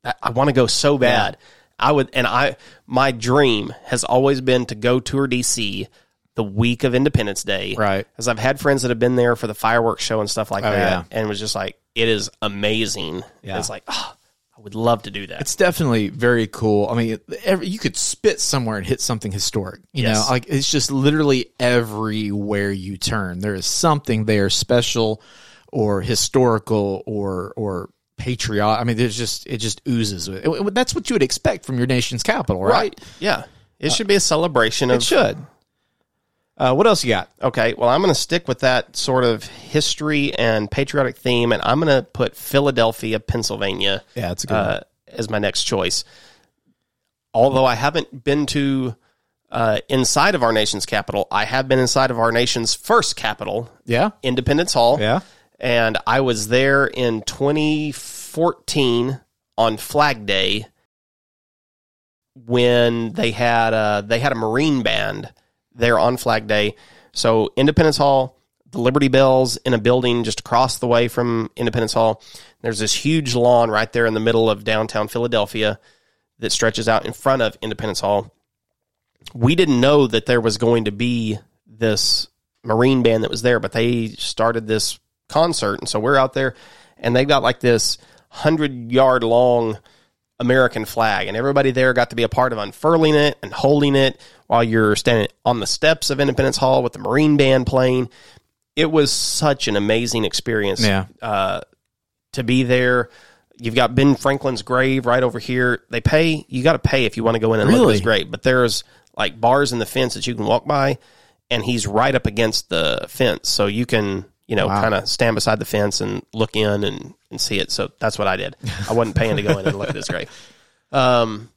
Speaker 3: I, I want to go so bad. I would, and I my dream has always been to go tour DC the week of Independence Day,
Speaker 2: Right. Oh,
Speaker 3: Because I've had friends that have been there for the fireworks show and stuff like
Speaker 2: yeah.
Speaker 3: that, and was just like, it is amazing.
Speaker 2: Yeah.
Speaker 3: It's like, oh, I would love to do that.
Speaker 2: It's definitely very cool. I mean, every, you could spit somewhere and hit something historic. You
Speaker 3: Yes.
Speaker 2: know, like it's just literally everywhere you turn, there is something there special or historical or or patriotic. I mean, there's just it just oozes. It- it- That's what you would expect from your nation's capital, right?
Speaker 3: Yeah. It should be a celebration of
Speaker 2: It should. Uh, what else you got?
Speaker 3: Okay, well, I'm going to stick with that sort of history and patriotic theme, and I'm going to put Philadelphia, Pennsylvania,
Speaker 2: Yeah, it's a good.
Speaker 3: uh, as my next choice. Although I haven't been to uh, inside of our nation's capital, I have been inside of our nation's first capital,
Speaker 2: yeah,
Speaker 3: Independence Hall.
Speaker 2: Yeah.
Speaker 3: And I was there in 2014 on Flag Day when they had a, they had a Marine band there on Flag Day. So Independence Hall, the Liberty Bells in a building just across the way from Independence Hall. There's this huge lawn right there in the middle of downtown Philadelphia that stretches out in front of Independence Hall. We didn't know that there was going to be this Marine band that was there, but they started this concert. And so we're out there and they've got like this hundred yard long American flag, and everybody there got to be a part of unfurling it and holding it while you're standing on the steps of Independence Hall with the Marine Band playing. It was such an amazing experience
Speaker 2: Yeah.
Speaker 3: uh, to be there. You've got Ben Franklin's grave right over here. They pay. You got to pay if you want to go in and look at
Speaker 2: Really?
Speaker 3: his grave. But there's like bars in the fence that you can walk by, and he's right up against the fence, so you can you know
Speaker 2: Wow.
Speaker 3: kind of stand beside the fence and look in and and see it. So that's what I did. I wasn't paying to go in and look at his grave. Um,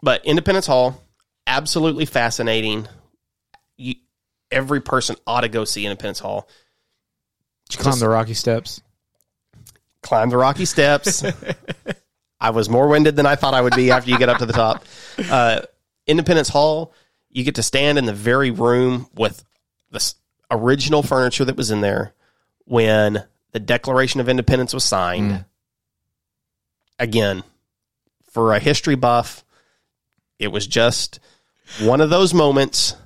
Speaker 3: but Independence Hall, absolutely fascinating. You, every person ought to go see Independence Hall.
Speaker 2: Did you climb the rocky steps?
Speaker 3: climb the rocky steps. I was more winded than I thought I would be after you get up to the top. Uh, Independence Hall, you get to stand in the very room with the s- original furniture that was in there when the Declaration of Independence was signed. Again, for a history buff, it was just one of those moments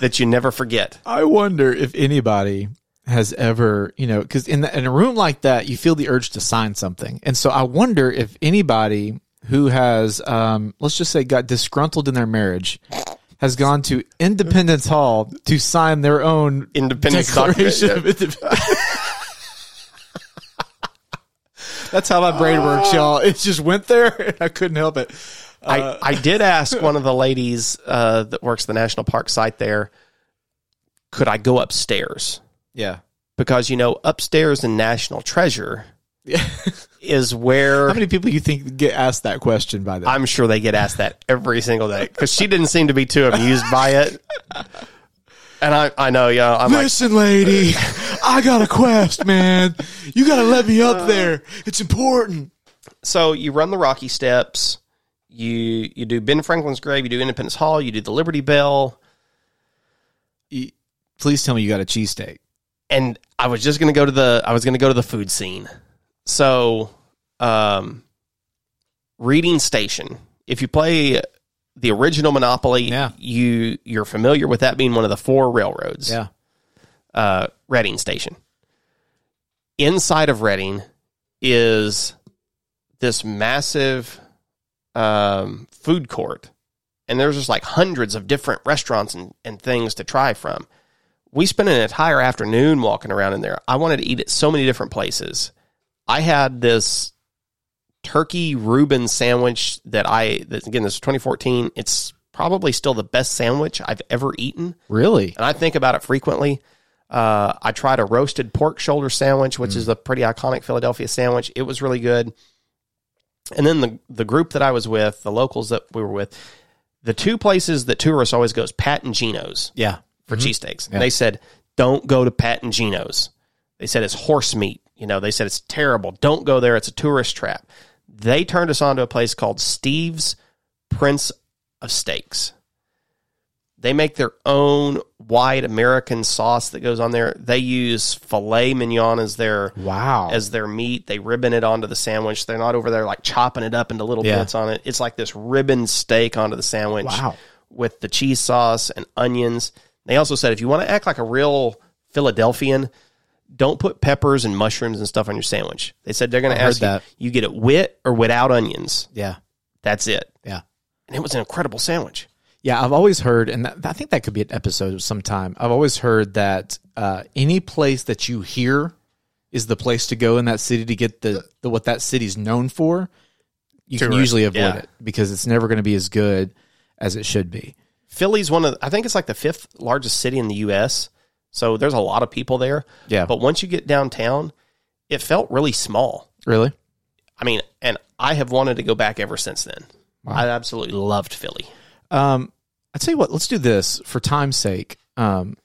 Speaker 3: that you never forget.
Speaker 2: I wonder if anybody has ever, you know, because in, the- in a room like that, you feel the urge to sign something. And so I wonder if anybody who has, um, let's just say, got disgruntled in their marriage has gone to Independence Hall to sign their own
Speaker 3: Independence
Speaker 2: Declaration
Speaker 3: document.
Speaker 2: of Independence. That's how my brain works, y'all. It just went there and I couldn't help it. Uh,
Speaker 3: I, I did ask one of the ladies uh, that works the national park site there, could I go upstairs?
Speaker 2: Yeah.
Speaker 3: Because you know, upstairs in National Treasure
Speaker 2: Yeah.
Speaker 3: is where
Speaker 2: How many people you think get asked that question by the
Speaker 3: I'm sure they get asked that every single day. Because she didn't seem to be too amused by it. And I, I know, yeah, I'm like,
Speaker 2: Listen, lady, I got a quest, man. You got to let me up there. It's important.
Speaker 3: so you run the Rocky Steps, you you do Ben Franklin's grave, you do Independence Hall, you do the Liberty Bell,
Speaker 2: Please tell me you got a cheesesteak.
Speaker 3: and I was just gonna go to the I was gonna go to the food scene. So, um, Reading Station. If you play the original Monopoly,
Speaker 2: Yeah.
Speaker 3: you you're familiar with that being one of the four railroads. Uh, Reading Station. Inside of Reading is this massive um, food court, and there's just like hundreds of different restaurants and, and things to try from. We spent an entire afternoon walking around in there. I wanted to eat at so many different places. I had this turkey Reuben sandwich that I that again this is 2014. It's probably still the best sandwich I've ever eaten
Speaker 2: Really?
Speaker 3: and I think about it frequently. Uh, I tried a roasted pork shoulder sandwich,
Speaker 2: Mm.
Speaker 3: which is a pretty iconic Philadelphia sandwich. It was really good. And then the the group that I was with, the locals that we were with, the two places that tourists always goes, Pat and Gino's
Speaker 2: Yeah. Mm-hmm.
Speaker 3: for cheesesteaks.
Speaker 2: Yeah.
Speaker 3: They said, don't go to Pat and Gino's. They said it's horse meat. You know, they said it's terrible. Don't go there. It's a tourist trap. They turned us on to a place called Steve's Prince of Steaks. They make their own white American sauce that goes on there. They use filet mignon as their
Speaker 2: Wow.
Speaker 3: as their meat. They ribbon it onto the sandwich. They're not over there like chopping it up into little
Speaker 2: Yeah.
Speaker 3: bits on it. It's like this ribbon steak onto the sandwich
Speaker 2: Wow.
Speaker 3: with the cheese sauce and onions. They also said if you want to act like a real Philadelphian, don't put peppers and mushrooms and stuff on your sandwich. They said they're going to
Speaker 2: I heard
Speaker 3: ask you,
Speaker 2: that.
Speaker 3: you get it with or without onions.
Speaker 2: yeah.
Speaker 3: That's it.
Speaker 2: Yeah.
Speaker 3: And it was an incredible sandwich.
Speaker 2: Yeah. I've always heard, and that, I think that could be an episode of some time. I've always heard that uh, any place that you hear is the place to go in that city to get the, the what that city's known for. You can
Speaker 3: Tourist,
Speaker 2: usually avoid
Speaker 3: yeah.
Speaker 2: it because it's never going to be as good as it should be.
Speaker 3: Philly's one of the- I think it's like the fifth largest city in the US. So there's a lot of people there.
Speaker 2: Yeah.
Speaker 3: But once you get downtown, it felt really small.
Speaker 2: Really?
Speaker 3: I mean, and I have wanted to go back ever since then. I absolutely loved Philly.
Speaker 2: Um, I tell you what, let's do this for time's sake. Um,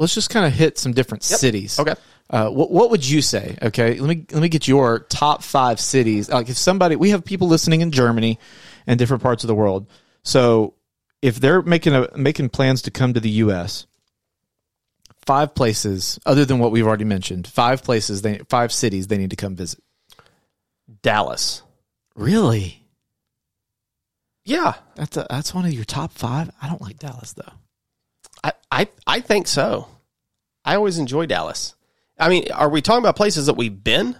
Speaker 2: let's just kind of hit some different cities.
Speaker 3: Okay.
Speaker 2: Uh, what what would you say? Okay, let me let me get your top five cities. Like if somebody, we have people listening in Germany and different parts of the world. So if they're making a making plans to come to the U.S., five places other than what we've already mentioned, five places they five cities they need to come visit.
Speaker 3: Dallas.
Speaker 2: Really?
Speaker 3: Yeah.
Speaker 2: That's a, that's one of your top five. I don't like Dallas though.
Speaker 3: I, I, I think so. I always enjoy Dallas. I mean, are we talking about places that we've been?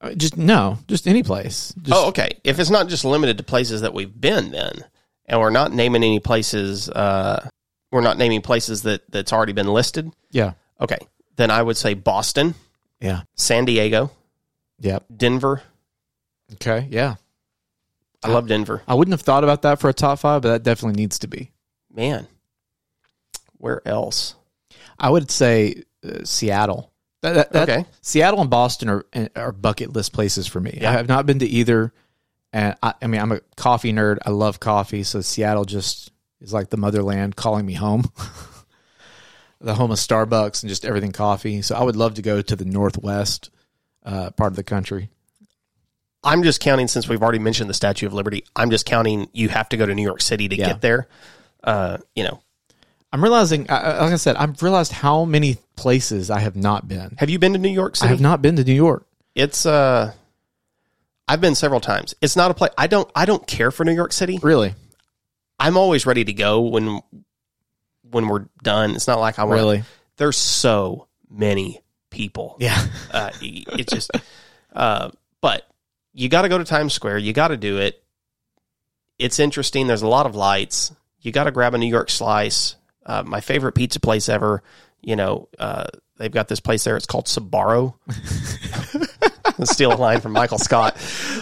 Speaker 2: Uh, Just no, just any place. Just,
Speaker 3: oh, okay. If it's not just limited to places that we've been, then, and we're not naming any places, uh, we're not naming places that that's already been listed.
Speaker 2: yeah,
Speaker 3: Okay, then I would say Boston,
Speaker 2: yeah,
Speaker 3: San Diego,
Speaker 2: yep.
Speaker 3: Denver.
Speaker 2: Okay, yeah.
Speaker 3: I love Denver,
Speaker 2: I wouldn't have thought about that for a top five, but that definitely needs to be.
Speaker 3: man. Where else?
Speaker 2: I would say uh, Seattle. That- that- that-
Speaker 3: Okay.
Speaker 2: Seattle and Boston are are bucket list places for me.
Speaker 3: Yeah.
Speaker 2: I have not been to either, and I, I mean I'm a coffee nerd. I love coffee, so Seattle just is like the motherland calling me home. the home of Starbucks and just everything coffee. So I would love to go to the northwest uh, part of the country.
Speaker 3: I'm just counting since we've already mentioned the Statue of Liberty. I'm just counting you have to go to New York City to
Speaker 2: Yeah.
Speaker 3: get there. Uh, you know,
Speaker 2: I'm realizing, I- I- like I said, I've realized how many places I have not been.
Speaker 3: have you been to New York
Speaker 2: I
Speaker 3: City?
Speaker 2: have not been to New York.
Speaker 3: It's uh, I've been several times. It's not a place. I don't. I don't care for New York City.
Speaker 2: Really?
Speaker 3: I'm always ready to go when when we're done. It's not like I want.
Speaker 2: Really?
Speaker 3: There's so many people.
Speaker 2: Yeah.
Speaker 3: Uh, y- it's just. Uh, but you got to go to Times Square. You got to do it. It's interesting. There's a lot of lights. You got to grab a New York slice. Uh, my favorite pizza place ever. You know, uh, they've got this place there. It's called Sabaro. Steal a line from Michael Scott.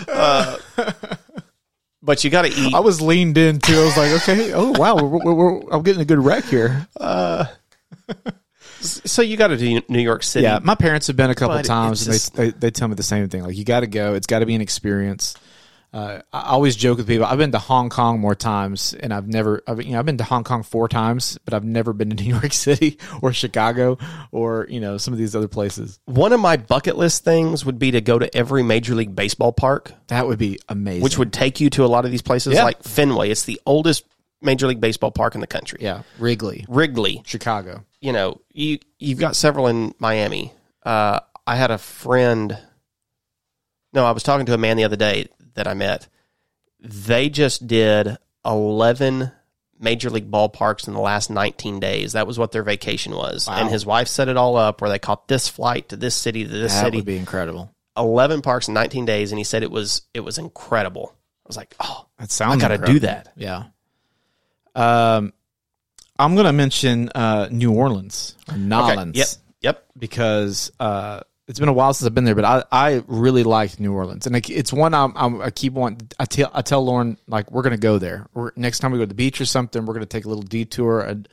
Speaker 3: Uh, but you got to eat.
Speaker 2: I was leaned in too. I was like, okay, oh wow, we're, we're, we're, I'm getting a good wreck here.
Speaker 3: So you got to do New York City.
Speaker 2: Yeah, my parents have been a couple
Speaker 3: But
Speaker 2: times,
Speaker 3: it's
Speaker 2: and
Speaker 3: just-
Speaker 2: they, they they tell me the same thing. Like, you got to go. It's got to be an experience. Uh, I always joke with people. I've been to Hong Kong more times, and I've never. I've, you know, I've been to Hong Kong four times, but I've never been to New York City or Chicago or you know some of these other places.
Speaker 3: One of my bucket list things would be to go to every Major League Baseball park,
Speaker 2: That would be amazing.
Speaker 3: which would take you to a lot of these places
Speaker 2: Yeah.
Speaker 3: like Fenway. It's the oldest Major League Baseball park in the country.
Speaker 2: yeah, Wrigley,
Speaker 3: Wrigley,
Speaker 2: Chicago.
Speaker 3: you know, you you've got several in Miami. Uh, I had a friend. No, I was talking to a man the other day that I met. They just did eleven major league ballparks in the last nineteen days. That was what their vacation was,
Speaker 2: Wow.
Speaker 3: and his wife set it all up where they caught this flight to this city to this
Speaker 2: That
Speaker 3: city.
Speaker 2: would be incredible.
Speaker 3: 11 parks in 19 days and he said it was it was incredible i was like oh
Speaker 2: That sounds.
Speaker 3: i gotta
Speaker 2: incredible.
Speaker 3: do that
Speaker 2: Yeah. Um, I'm gonna mention uh, New Orleans, or
Speaker 3: Okay,
Speaker 2: Nolans,
Speaker 3: yep yep
Speaker 2: because uh, it's been a while since I've been there, but I, I really liked New Orleans, and I, it's one I'm, I'm I keep wanting. I tell I tell Lauren like we're gonna go there. We're, next time we go to the beach or something, we're gonna take a little detour and,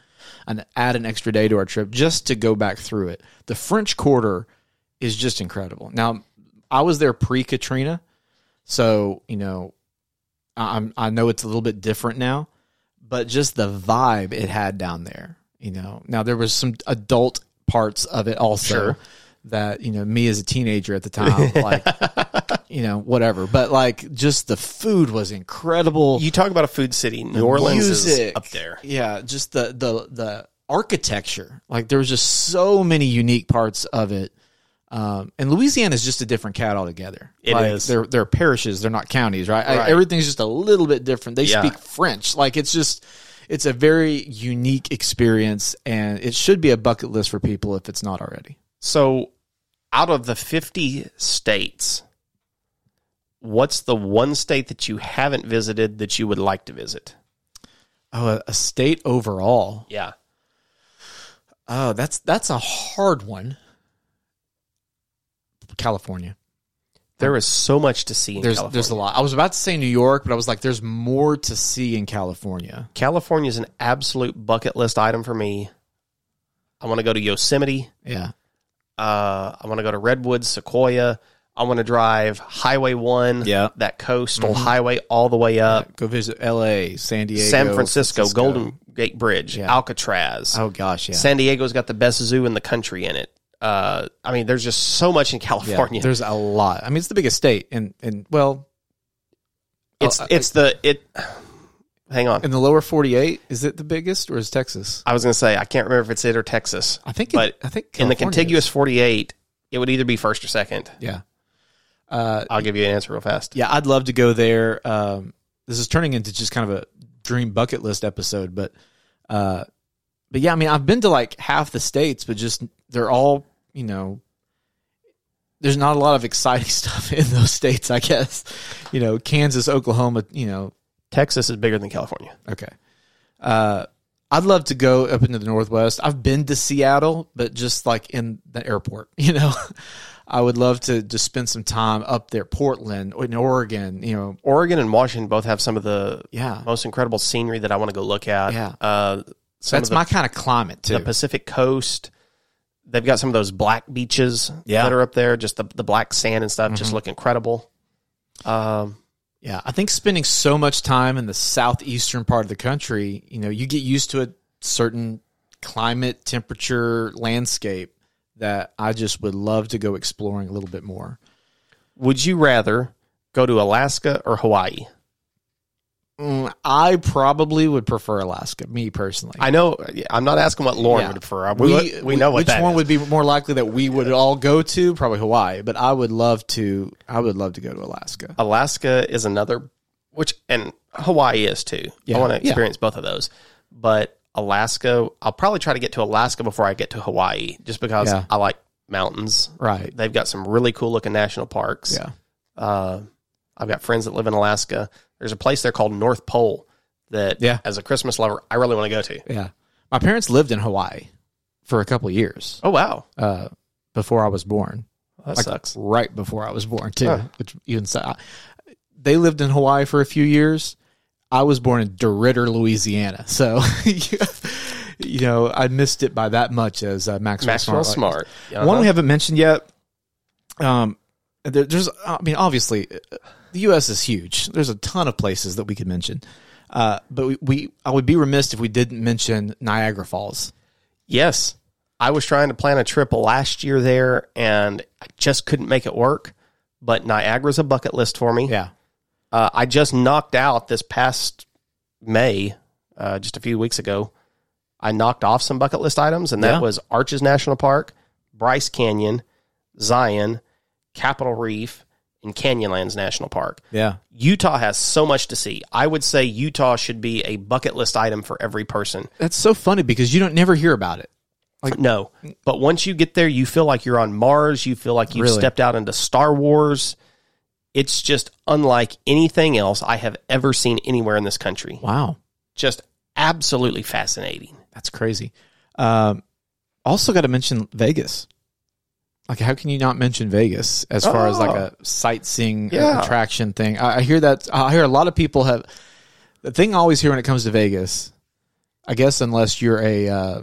Speaker 2: and add an extra day to our trip just to go back through it. The French Quarter is just incredible. Now I was there pre Katrina, so you know I- I'm I know it's a little bit different now, but just the vibe it had down there, you know. Now there was some adult parts of it also
Speaker 3: Sure.
Speaker 2: that you know me as a teenager at the time, like you know whatever. But like just the food was incredible.
Speaker 3: you talk about a food city new orleans is
Speaker 2: Music.
Speaker 3: up there
Speaker 2: Yeah, just the the the architecture. Like there was just so many unique parts of it. Um, and Louisiana is just a different cat altogether.
Speaker 3: It
Speaker 2: It like,
Speaker 3: is.
Speaker 2: They're, they're parishes. They're not counties, right? I-
Speaker 3: Right.
Speaker 2: everything's just a little bit different. They
Speaker 3: Yeah.
Speaker 2: speak French. Like it's just, it's a very unique experience, and it should be a bucket list for people if it's not already.
Speaker 3: so out of the 50 states what's the one state that you haven't visited that you would like to visit
Speaker 2: Oh, a, a state overall.
Speaker 3: yeah
Speaker 2: Oh, that's that's a hard one. California.
Speaker 3: there is so much to see in
Speaker 2: there's
Speaker 3: california
Speaker 2: there's a lot. I was about to say New York, but I was like, there's more to see in California.
Speaker 3: california is an absolute bucket list item for me i want to go to yosemite
Speaker 2: Yeah,
Speaker 3: Uh, I want to go to Redwood, Sequoia. I want to drive Highway One,
Speaker 2: Yeah. Mm-hmm.
Speaker 3: that coastal highway all the way up,
Speaker 2: go visit L.A., San Diego,
Speaker 3: San Francisco, Golden Gate Bridge,
Speaker 2: Yeah.
Speaker 3: Alcatraz.
Speaker 2: Oh gosh, yeah.
Speaker 3: San Diego's got the best zoo in the country in it. Uh, I mean, there's just so much in
Speaker 2: Yeah,
Speaker 3: California.
Speaker 2: There's a lot. I mean, it's the biggest state, and and well,
Speaker 3: it's
Speaker 2: uh,
Speaker 3: it's the it. Hang on,
Speaker 2: in the lower 48, is it the biggest or is Texas?
Speaker 3: I was gonna say I can't remember if it's it or Texas.
Speaker 2: I think.
Speaker 3: But
Speaker 2: it, I think
Speaker 3: in
Speaker 2: California
Speaker 3: the contiguous
Speaker 2: is.
Speaker 3: 48, it would either be first or second.
Speaker 2: Yeah. Uh,
Speaker 3: I'll give you an answer real fast.
Speaker 2: yeah, I'd love to go there. Um, this is turning into just kind of a dream bucket list episode, but uh, but yeah, I mean, I've been to like half the states, but just they're all you know there's not a lot of exciting stuff in those states, I guess. You know, Kansas, Oklahoma, you know,
Speaker 3: Texas is bigger than California.
Speaker 2: okay. Uh, I'd love to go up into the Northwest. I've been to Seattle, but just like in the airport, you know, I would love to just spend some time up there, Portland, in Oregon, you know,
Speaker 3: Oregon and Washington both have some of the
Speaker 2: yeah.
Speaker 3: most incredible scenery that I want to go look at.
Speaker 2: Yeah.
Speaker 3: Uh, some
Speaker 2: That's
Speaker 3: of the,
Speaker 2: my kind of climate too.
Speaker 3: the Pacific coast. They've got some of those black beaches
Speaker 2: Yeah.
Speaker 3: that are up there, just the, the black sand and stuff just look incredible. Um,
Speaker 2: Yeah, I think spending so much time in the southeastern part of the country, you know, you get used to a certain climate, temperature, landscape that I just would love to go exploring a little bit more.
Speaker 3: would you rather go to Alaska or Hawaii?
Speaker 2: Mm, I probably would prefer Alaska, me personally.
Speaker 3: I know I'm not asking what Lauren
Speaker 2: Yeah.
Speaker 3: would prefer. We, we, know what
Speaker 2: which
Speaker 3: that
Speaker 2: one
Speaker 3: is.
Speaker 2: would be more likely that we would all go to probably Hawaii, but I would love to. I would love to go to Alaska.
Speaker 3: Oh, Alaska is another, which and Hawaii is too.
Speaker 2: Yeah,
Speaker 3: I want to
Speaker 2: yeah.
Speaker 3: experience both of those, but Alaska, I'll probably try to get to Alaska before I get to Hawaii, just because
Speaker 2: Yeah.
Speaker 3: I like mountains.
Speaker 2: Right?
Speaker 3: They've got some really cool looking national parks.
Speaker 2: Yeah.
Speaker 3: Uh, I've got friends that live in Alaska. There's a place there called North Pole that,
Speaker 2: Yeah.
Speaker 3: as a Christmas lover, I really want to go to.
Speaker 2: Yeah. My parents lived in Hawaii for a couple of years
Speaker 3: Oh wow,
Speaker 2: uh, before I was born.
Speaker 3: that
Speaker 2: Like,
Speaker 3: sucks.
Speaker 2: right before I was born too.
Speaker 3: Huh.
Speaker 2: Which even so, I- they lived in Hawaii for a few years. I was born in DeRidder, Louisiana, so you know I missed it by that much as uh, Maxwell,
Speaker 3: Maxwell
Speaker 2: Smart.
Speaker 3: Smart.
Speaker 2: One
Speaker 3: Uh-huh.
Speaker 2: we haven't mentioned yet. Um, there, there's, I mean, obviously, uh, the U.S. is huge. There's a ton of places that we could mention, uh, but we, we, I would be remiss if we didn't mention Niagara Falls.
Speaker 3: Yes. I was trying to plan a trip last year there and I just couldn't make it work. But Niagara's a bucket list for me.
Speaker 2: Yeah,
Speaker 3: Uh, I just knocked out this past May, uh, just a few weeks ago. I knocked off some bucket list items, and that
Speaker 2: Yeah.
Speaker 3: was Arches National Park, Bryce Canyon, Zion, Capitol Reef, and Canyonlands National Park.
Speaker 2: yeah,
Speaker 3: Utah has so much to see. I would say Utah should be a bucket list item for every person.
Speaker 2: that's so funny because you don't never hear about it.
Speaker 3: No, but once you get there, you feel like you're on Mars. You feel like you've
Speaker 2: Really?
Speaker 3: stepped out into Star Wars. It's just unlike anything else I have ever seen anywhere in this country.
Speaker 2: Wow,
Speaker 3: Just absolutely fascinating.
Speaker 2: that's crazy. Um, also, got to mention Vegas. Like, how can you not mention Vegas as far as like a sightseeing uh,
Speaker 3: Yeah.
Speaker 2: attraction thing? I, I hear that. I hear a lot of people have. The thing I always hear when it comes to Vegas, I guess, unless you're a uh,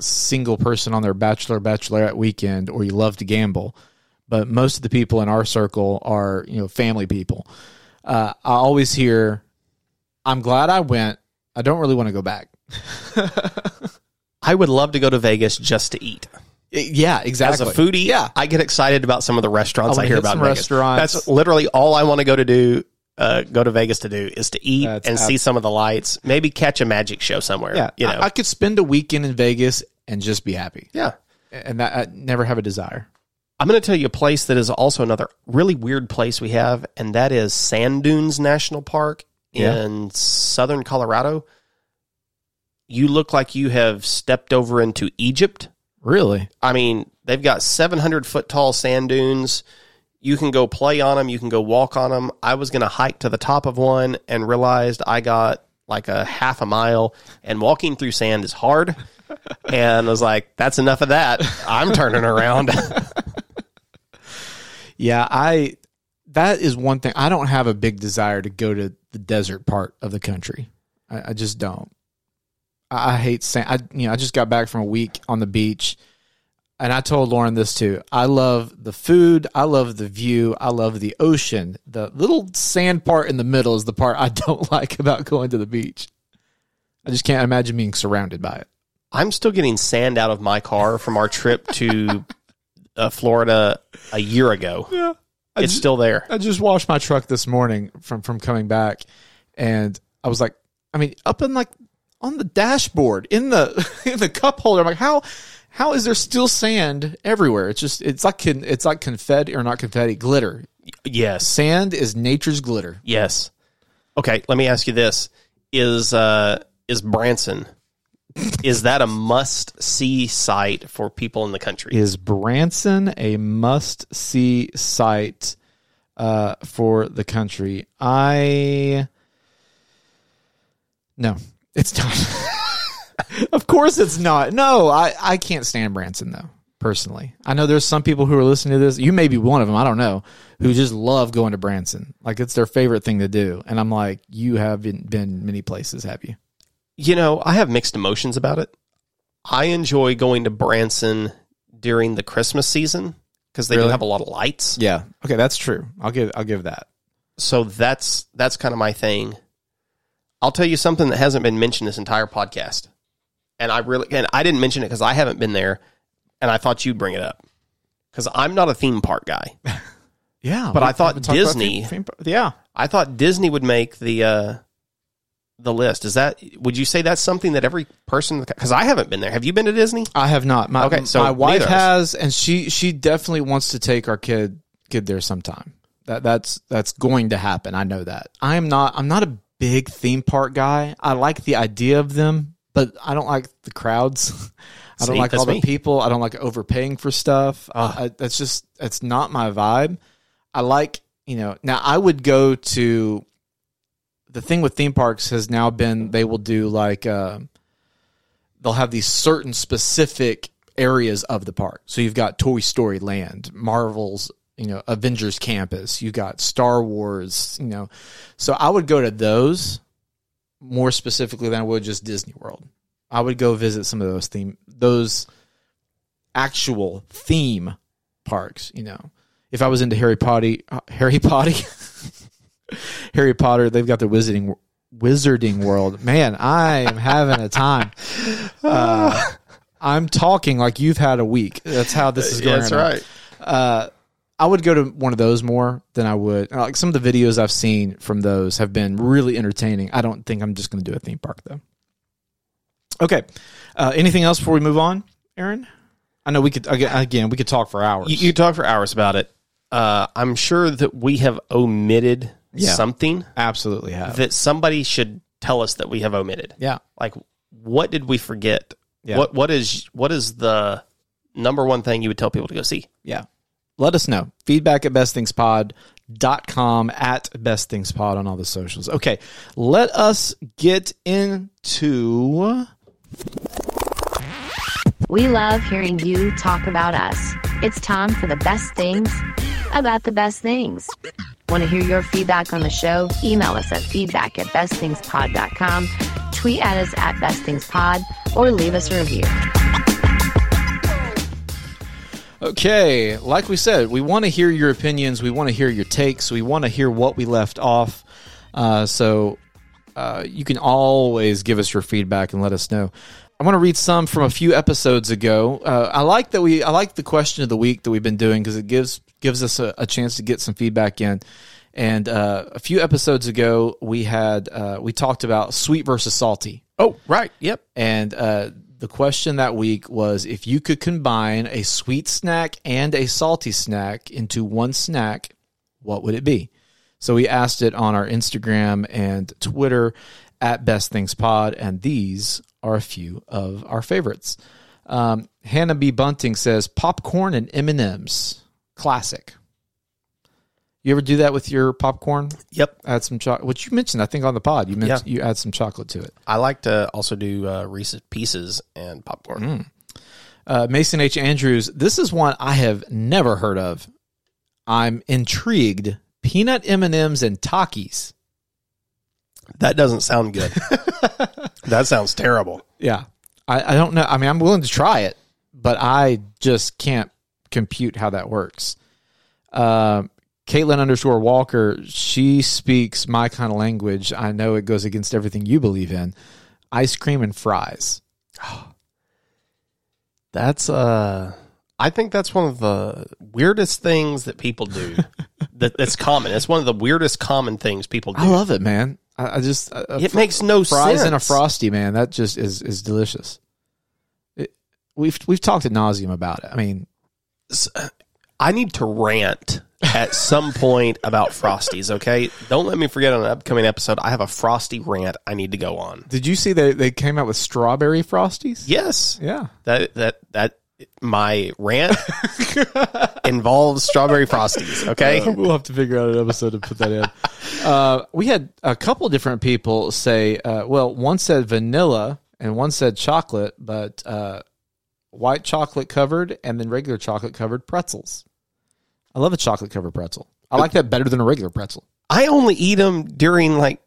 Speaker 2: single person on their bachelor bachelorette weekend or you love to gamble, but most of the people in our circle are you know family people. Uh, I always hear, "I'm glad I went. I don't really want to go back."
Speaker 3: I would love to go to Vegas just to eat.
Speaker 2: Yeah,
Speaker 3: As
Speaker 2: exactly.
Speaker 3: a foodie, yeah, I get excited about some of the restaurants
Speaker 2: I
Speaker 3: I,
Speaker 2: wanna
Speaker 3: hear
Speaker 2: hit
Speaker 3: about.
Speaker 2: some
Speaker 3: in Vegas.
Speaker 2: restaurants.
Speaker 3: That's literally all I want to go to do. Uh, go to Vegas to do is to eat
Speaker 2: That's
Speaker 3: and
Speaker 2: ab-
Speaker 3: see some of the lights. Maybe catch a magic show somewhere.
Speaker 2: Yeah,
Speaker 3: you know.
Speaker 2: I, I could spend a weekend in Vegas and just be happy,
Speaker 3: yeah.
Speaker 2: and that, I never have a desire.
Speaker 3: I'm going to tell you a place that is also another really weird place we have, and that is Sand Dunes National Park
Speaker 2: Yeah.
Speaker 3: in southern Colorado. You look like you have stepped over into Egypt.
Speaker 2: Really?
Speaker 3: I mean, they've got 700 foot tall sand dunes. You can go play on them, you can go walk on them. I was going to hike to the top of one and realized I got like a half a mile, and walking through sand is hard. and I was like, that's enough of that. I'm turning around.
Speaker 2: Yeah, I. That is one thing. I don't have a big desire to go to the desert part of the country. I, I just don't. I, I hate sand. I you know I just got back from a week on the beach, and I told Lauren this too. I love the food. I love the view. I love the ocean. The little sand part in the middle is the part I don't like about going to the beach. I just can't imagine being surrounded by it.
Speaker 3: I'm still getting sand out of my car from our trip to uh, Florida a year ago.
Speaker 2: Yeah.
Speaker 3: It's still there.
Speaker 2: I just washed my truck this morning from from coming back, and I was like, I mean, up in like on the dashboard in the in the cup holder. I'm like, how how is there still sand everywhere? It's just it's like con, it's like confetti or not confetti glitter.
Speaker 3: Yes.
Speaker 2: Sand is nature's glitter.
Speaker 3: Yes. Okay, let me ask you this. Is uh is Branson Is that a must see site for people in the country?
Speaker 2: Is Branson a must see site uh, for the country? I. No, it's not. of course it's not. No, I, I can't stand Branson, though, personally. I know there's some people who are listening to this. You may be one of them. I don't know. Who just love going to Branson. Like, it's their favorite thing to do. And I'm like, you haven't been many places, have you?
Speaker 3: You know, I have mixed emotions about it. I enjoy going to Branson during the Christmas season because they do
Speaker 2: Really?
Speaker 3: have a lot of lights.
Speaker 2: Yeah. Okay, that's true. I'll give I'll give that.
Speaker 3: So that's that's kind of my thing. I'll tell you something that hasn't been mentioned this entire podcast. And I really and I didn't mention it cuz I haven't been there and I thought you'd bring it up. Cuz I'm not a theme park guy.
Speaker 2: Yeah,
Speaker 3: But
Speaker 2: we-
Speaker 3: I thought
Speaker 2: we talked about
Speaker 3: Disney-
Speaker 2: theme- theme- yeah,
Speaker 3: I thought Disney would make the uh the list. Is that would you say that's something that every person cuz I haven't been there. Have you been to Disney?
Speaker 2: I have not. My,
Speaker 3: Okay, so
Speaker 2: my wife
Speaker 3: neither of us.
Speaker 2: has, and she she definitely wants to take our kid kid there sometime. That that's that's going to happen. I know that. I am not. I'm not a big theme park guy. I like the idea of them, but I don't like the crowds. I don't
Speaker 3: See,
Speaker 2: like
Speaker 3: that's
Speaker 2: all the
Speaker 3: me. Ah.
Speaker 2: people. I don't like overpaying for stuff. I, that's just that's not my vibe. I like you know. Now I would go to the thing with theme parks has now been they will do like uh, they'll have these certain specific areas of the park. So you've got Toy Story Land, Marvel's, you know, Avengers Campus, you got Star Wars, you know. So I would go to those more specifically than I would just Disney World. I would go visit some of those theme those actual theme parks, you know. If I was into Harry Potter, uh, Harry Potter, Harry Potter, they've got the Wizarding Wizarding World. Man, I am having a time. Uh, I'm talking like you've had a week. That's how this is going. now. Uh, I would go to one of those more than I would. uh, Like some of the videos I've seen from those have been really entertaining. I don't think I'm just going to do a theme park though. Okay. Uh, anything else before we move on, Aaron? I know we could aga- again we could talk for hours.
Speaker 3: You, you talk for hours about it. Uh, I'm sure that we have omitted
Speaker 2: Yeah.
Speaker 3: something
Speaker 2: absolutely have.
Speaker 3: that somebody should tell us that we have omitted.
Speaker 2: yeah.
Speaker 3: Like, what did we forget?
Speaker 2: Yeah.
Speaker 3: What what is what is the number one thing you would tell people to go see?
Speaker 2: Yeah. Let us know. Feedback at bestthingspod.com at bestthingspod on all the socials. Okay. Let us get into
Speaker 1: We love hearing you talk about us. It's time for the best things about the best things. Want to hear your feedback on the show? Email us at feedback at bestthingspod.com, tweet at us at bestthingspod, or leave us a review.
Speaker 2: Okay, like we said, we want to hear your opinions. We want to hear your takes. We want to hear what we left off. Uh, so uh, you can always give us your feedback and let us know. I want to read some from a few episodes ago. Uh, I like that we I like the question of the week that we've been doing because it gives gives us a, a chance to get some feedback in. And uh, a few episodes ago, we had uh, we talked about sweet versus salty.
Speaker 3: Oh, right. Yep.
Speaker 2: And uh, the question that week was if you could combine a sweet snack and a salty snack into one snack, what would it be? So we asked it on our Instagram and Twitter at Best Things Pod, and these are a few of our favorites. Um, Hannah B. Bunting says popcorn and M and M's, classic. You ever do that with your popcorn?
Speaker 3: Yep.
Speaker 2: Add some chocolate, which you mentioned, I think, on the pod. You mentioned you add some chocolate to it.
Speaker 3: I like to also do uh, Reese's Pieces and popcorn.
Speaker 2: Uh, Mason H. Andrews, this is one I have never heard of. I'm intrigued. Peanut M&Ms and Takis.
Speaker 3: That doesn't sound good. that sounds terrible.
Speaker 2: Yeah. I, I don't know. I mean, I'm willing to try it, but I just can't compute how that works. Um Caitlin underscore Walker, she speaks my kind of language. I know it goes against everything you believe in. Ice cream and fries.
Speaker 3: That's uh I think that's one of the weirdest things that people do. that that's common. It's one of the weirdest common things people do.
Speaker 2: I love it, man. I, I just I- I
Speaker 3: it makes no
Speaker 2: fries
Speaker 3: sense.
Speaker 2: and a frosty, man. That just is is delicious. It, we've we've talked at nauseum about it. I mean,
Speaker 3: I need to rant at some point about Frosties, okay? Don't let me forget on an upcoming episode. I have a Frosty rant I need to go on.
Speaker 2: Did you see they they came out with strawberry frosties?
Speaker 3: Yes.
Speaker 2: Yeah.
Speaker 3: That that that my rant involves strawberry frosties, okay?
Speaker 2: we'll have to figure out an episode to put that in. Uh, we had a couple different people say, uh, well, one said vanilla and one said chocolate, but uh, white chocolate covered and then regular chocolate covered pretzels. I love a chocolate covered pretzel. I like that better than a regular pretzel.
Speaker 3: I only eat them during like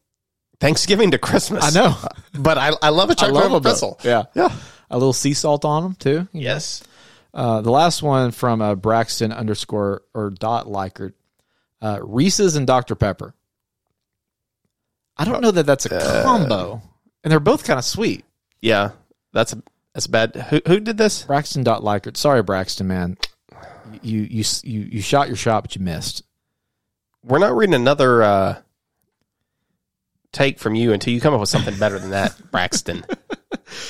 Speaker 3: Thanksgiving to Christmas.
Speaker 2: I know.
Speaker 3: But I, I love a
Speaker 2: I
Speaker 3: chocolate
Speaker 2: love 'em, though.
Speaker 3: pretzel.
Speaker 2: Yeah.
Speaker 3: Yeah.
Speaker 2: A little sea salt on them, too. you know?
Speaker 3: Yes.
Speaker 2: Uh, the last one from uh, Braxton underscore or dot Likert, uh, Reese's and Dr Pepper. I don't know that that's a
Speaker 3: Uh,
Speaker 2: combo, and they're both kind of sweet.
Speaker 3: Yeah. That's that's bad. Who who did this?
Speaker 2: Braxton dot Likert. Sorry, Braxton man, you you you you shot your shot, but you missed.
Speaker 3: We're not reading another uh take from you until you come up with something better than that, Braxton.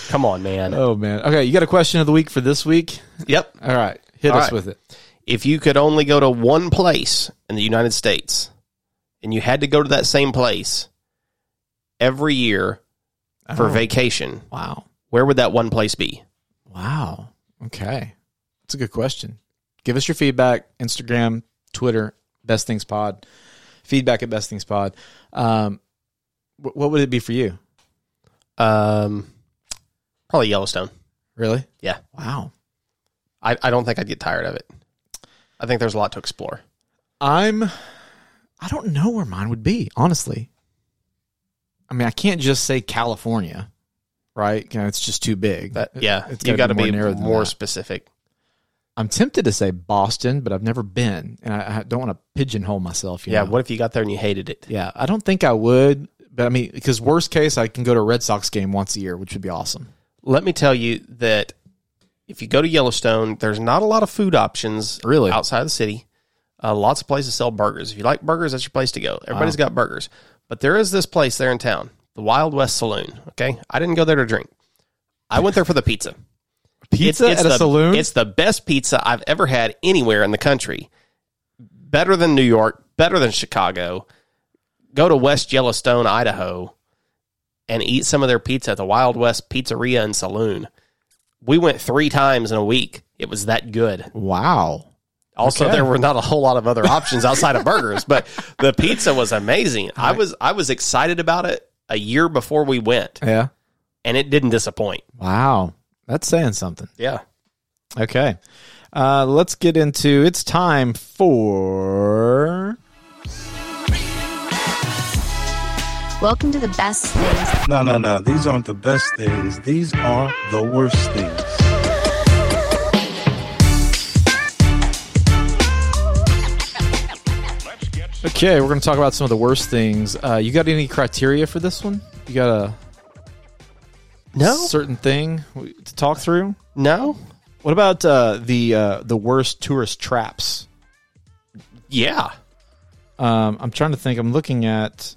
Speaker 3: Come on, man.
Speaker 2: Oh man. Okay, you got a question of the week for this week.
Speaker 3: yep.
Speaker 2: All right, hit
Speaker 3: All
Speaker 2: us
Speaker 3: right.
Speaker 2: with it.
Speaker 3: if you could only go to one place in the United States and you had to go to that same place every year for vacation,
Speaker 2: Wow.
Speaker 3: where would that one place be?
Speaker 2: Wow. Okay. That's a good question. Give us your feedback. Instagram, Twitter, Best Things Pod. Feedback at Best Things Pod. Um, wh- what would it be for you?
Speaker 3: Um, probably Yellowstone.
Speaker 2: Really?
Speaker 3: Yeah.
Speaker 2: Wow.
Speaker 3: I, I don't think I'd get tired of it. I think there's a lot to explore.
Speaker 2: I'm. I don't know where mine would be, honestly. I mean, I can't just say California, right? You know, it's just too big.
Speaker 3: But yeah,
Speaker 2: It's
Speaker 3: you got
Speaker 2: gotta
Speaker 3: to be,
Speaker 2: narrow than
Speaker 3: more
Speaker 2: that.
Speaker 3: specific.
Speaker 2: I'm tempted to say Boston, but I've never been, and I, I don't want to pigeonhole myself. You
Speaker 3: Yeah.
Speaker 2: know?
Speaker 3: What if you got there and you hated it?
Speaker 2: Yeah, I don't think I would, but I mean, because worst case, I can go to a Red Sox game once a year, which would be awesome.
Speaker 3: Let me tell you that if you go to Yellowstone, there's not a lot of food options
Speaker 2: Really?
Speaker 3: outside of the city. Uh, lots of places sell burgers. If you like burgers, that's your place to go. Everybody's got burgers. But there is this place there in town, the Wild West Saloon. Okay. I didn't go there to drink. I went there for the pizza.
Speaker 2: Pizza at a
Speaker 3: the,
Speaker 2: saloon?
Speaker 3: It's the best pizza I've ever had anywhere in the country. Better than New York, better than Chicago. Go to West Yellowstone, Idaho, and eat some of their pizza at the Wild West Pizzeria and Saloon. We went three times in a week. It was that good.
Speaker 2: wow.
Speaker 3: Also, there were not a whole lot of other options outside of burgers, but the pizza was amazing. I was I was excited about it a year before we went,
Speaker 2: Yeah.
Speaker 3: and it didn't disappoint.
Speaker 2: Wow. That's saying something.
Speaker 3: Yeah.
Speaker 2: Okay. Uh, let's get into it's time for.
Speaker 1: Welcome to the best things
Speaker 4: No, no, no. These aren't the best things. These are the worst things.
Speaker 2: Okay, we're going to talk about some of the worst things. Uh, you got any criteria for this one? You got a certain thing w- to talk through?
Speaker 3: No?
Speaker 2: What about uh, the uh, the worst tourist traps?
Speaker 3: Yeah.
Speaker 2: Um, I'm trying to think. I'm looking at.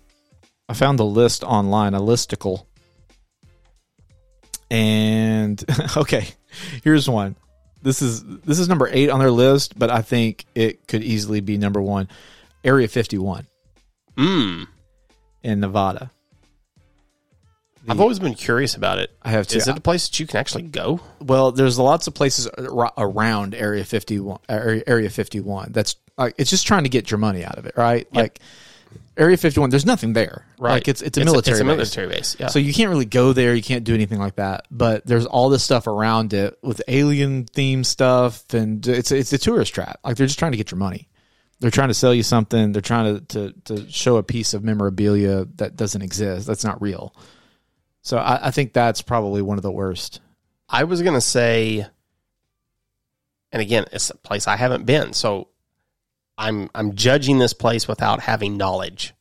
Speaker 2: I found the list online, a listicle. And okay, here's one. This is this is number eight on their list, but I think it could easily be number one. Area 51
Speaker 3: Mm.
Speaker 2: in Nevada.
Speaker 3: I've always been curious about it.
Speaker 2: I have too.
Speaker 3: Is it a place that you can actually go?
Speaker 2: Well, there's lots of places ar- around Area 51. Area Area 51. That's like it's just trying to get your money out of it, right? Like Area 51. There's nothing there, Like it's it's a military.
Speaker 3: It's a
Speaker 2: base.
Speaker 3: military base. Yeah.
Speaker 2: So you can't really go there. You can't do anything like that. But there's all this stuff around it with alien theme stuff, and it's it's a tourist trap. Like they're just trying to get your money. They're trying to sell you something. They're trying to to, to show a piece of memorabilia that doesn't exist. That's not real. So I, I think that's probably one of the worst.
Speaker 3: I was gonna say, and again, it's a place I haven't been, so I'm I'm judging this place without having knowledge.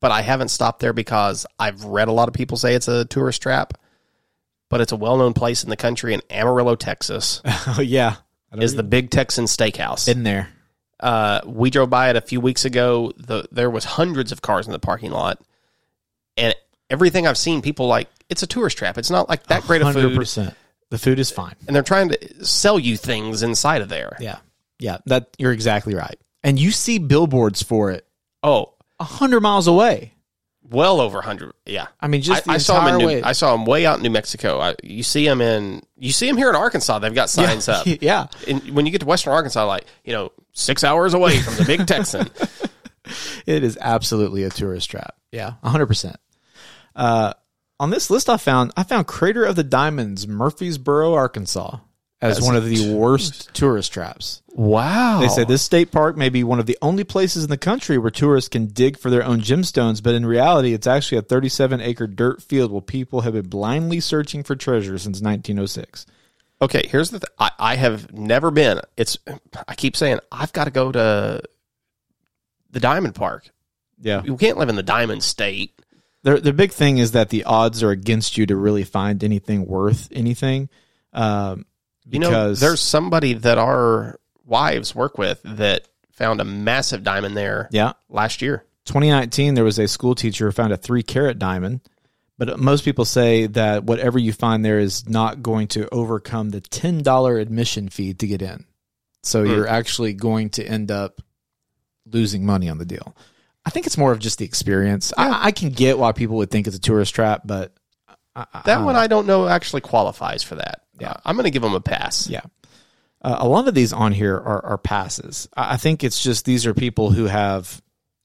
Speaker 3: But I haven't stopped there because I've read a lot of people say it's a tourist trap, but it's a well-known place in the country in Amarillo, Texas,
Speaker 2: oh yeah,
Speaker 3: is the Big Texan Steakhouse.
Speaker 2: been there?
Speaker 3: Uh, we drove by it a few weeks ago. The there was hundreds of cars in the parking lot, and everything I've seen, people like it's a tourist trap. It's not like that great of food,
Speaker 2: percent. The food is fine.
Speaker 3: and they're trying to sell you things inside of there.
Speaker 2: Yeah, yeah. That you're exactly right. and you see billboards for it
Speaker 3: Oh,
Speaker 2: a hundred miles away.
Speaker 3: well over 100. Yeah.
Speaker 2: I mean, just the
Speaker 3: I, I saw
Speaker 2: entire
Speaker 3: him in
Speaker 2: way.
Speaker 3: New, I saw him way out in New Mexico. I, you see him in you see him here in Arkansas. They've got signs up.
Speaker 2: yeah,
Speaker 3: And when you get to Western Arkansas, like you know, six hours away from the Big Texan.
Speaker 2: it is absolutely a tourist trap. Yeah, hundred percent. Uh, on this list, I found I found Crater of the Diamonds, Murfreesboro, Arkansas, as one of the worst tourist Oh. traps.
Speaker 3: Wow.
Speaker 2: They say this state park may be one of the only places in the country where tourists can dig for their own gemstones, but in reality, it's actually a 37 acre dirt field where people have been blindly searching for treasure since 1906.
Speaker 3: Okay, here's the. Th- I, I have never been. It's. I keep saying I've got to go to the Diamond Park.
Speaker 2: Yeah.
Speaker 3: You can't live in the Diamond State.
Speaker 2: Their, their big thing is that the odds are against you to really find anything worth anything. Um,
Speaker 3: You
Speaker 2: because
Speaker 3: know, there's somebody that our wives work with that found a massive diamond there
Speaker 2: Yeah.
Speaker 3: last year.
Speaker 2: 2019, there was a school teacher who found a three carat diamond, but most people say that whatever you find there is not going to overcome the $10 admission fee to get in.
Speaker 3: Hmm.
Speaker 2: So you're actually going to end up losing money on the deal. I think it's more of just the experience. I, I can get why people would think it's a tourist trap, but
Speaker 3: That one I don't know actually qualifies for that.
Speaker 2: Ah. Yeah.
Speaker 3: Uh, I'm going to give them a pass.
Speaker 2: Yeah. Uh, a lot of these on here are, are passes. I I think it's just these are people who have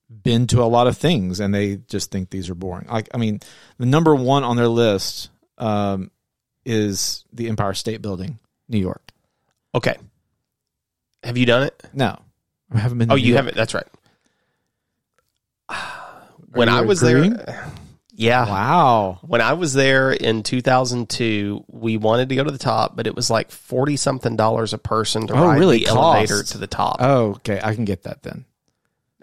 Speaker 2: been to a lot of things and they just think these are boring. Like, I mean, the number one on their list um, is the Empire State Building, New York.
Speaker 3: Okay. Have you done it?
Speaker 2: No, I haven't been. to
Speaker 3: Oh,
Speaker 2: New
Speaker 3: you
Speaker 2: York.
Speaker 3: haven't. That's right. When
Speaker 2: you
Speaker 3: I was
Speaker 2: agreeing?
Speaker 3: there, yeah.
Speaker 2: Wow.
Speaker 3: When I was there in 2002, we wanted to go to the top, but it was like 40 something dollars a person to
Speaker 2: Oh,
Speaker 3: ride
Speaker 2: really?
Speaker 3: the
Speaker 2: Cost.
Speaker 3: elevator to the top.
Speaker 2: Oh, okay. I can get that then.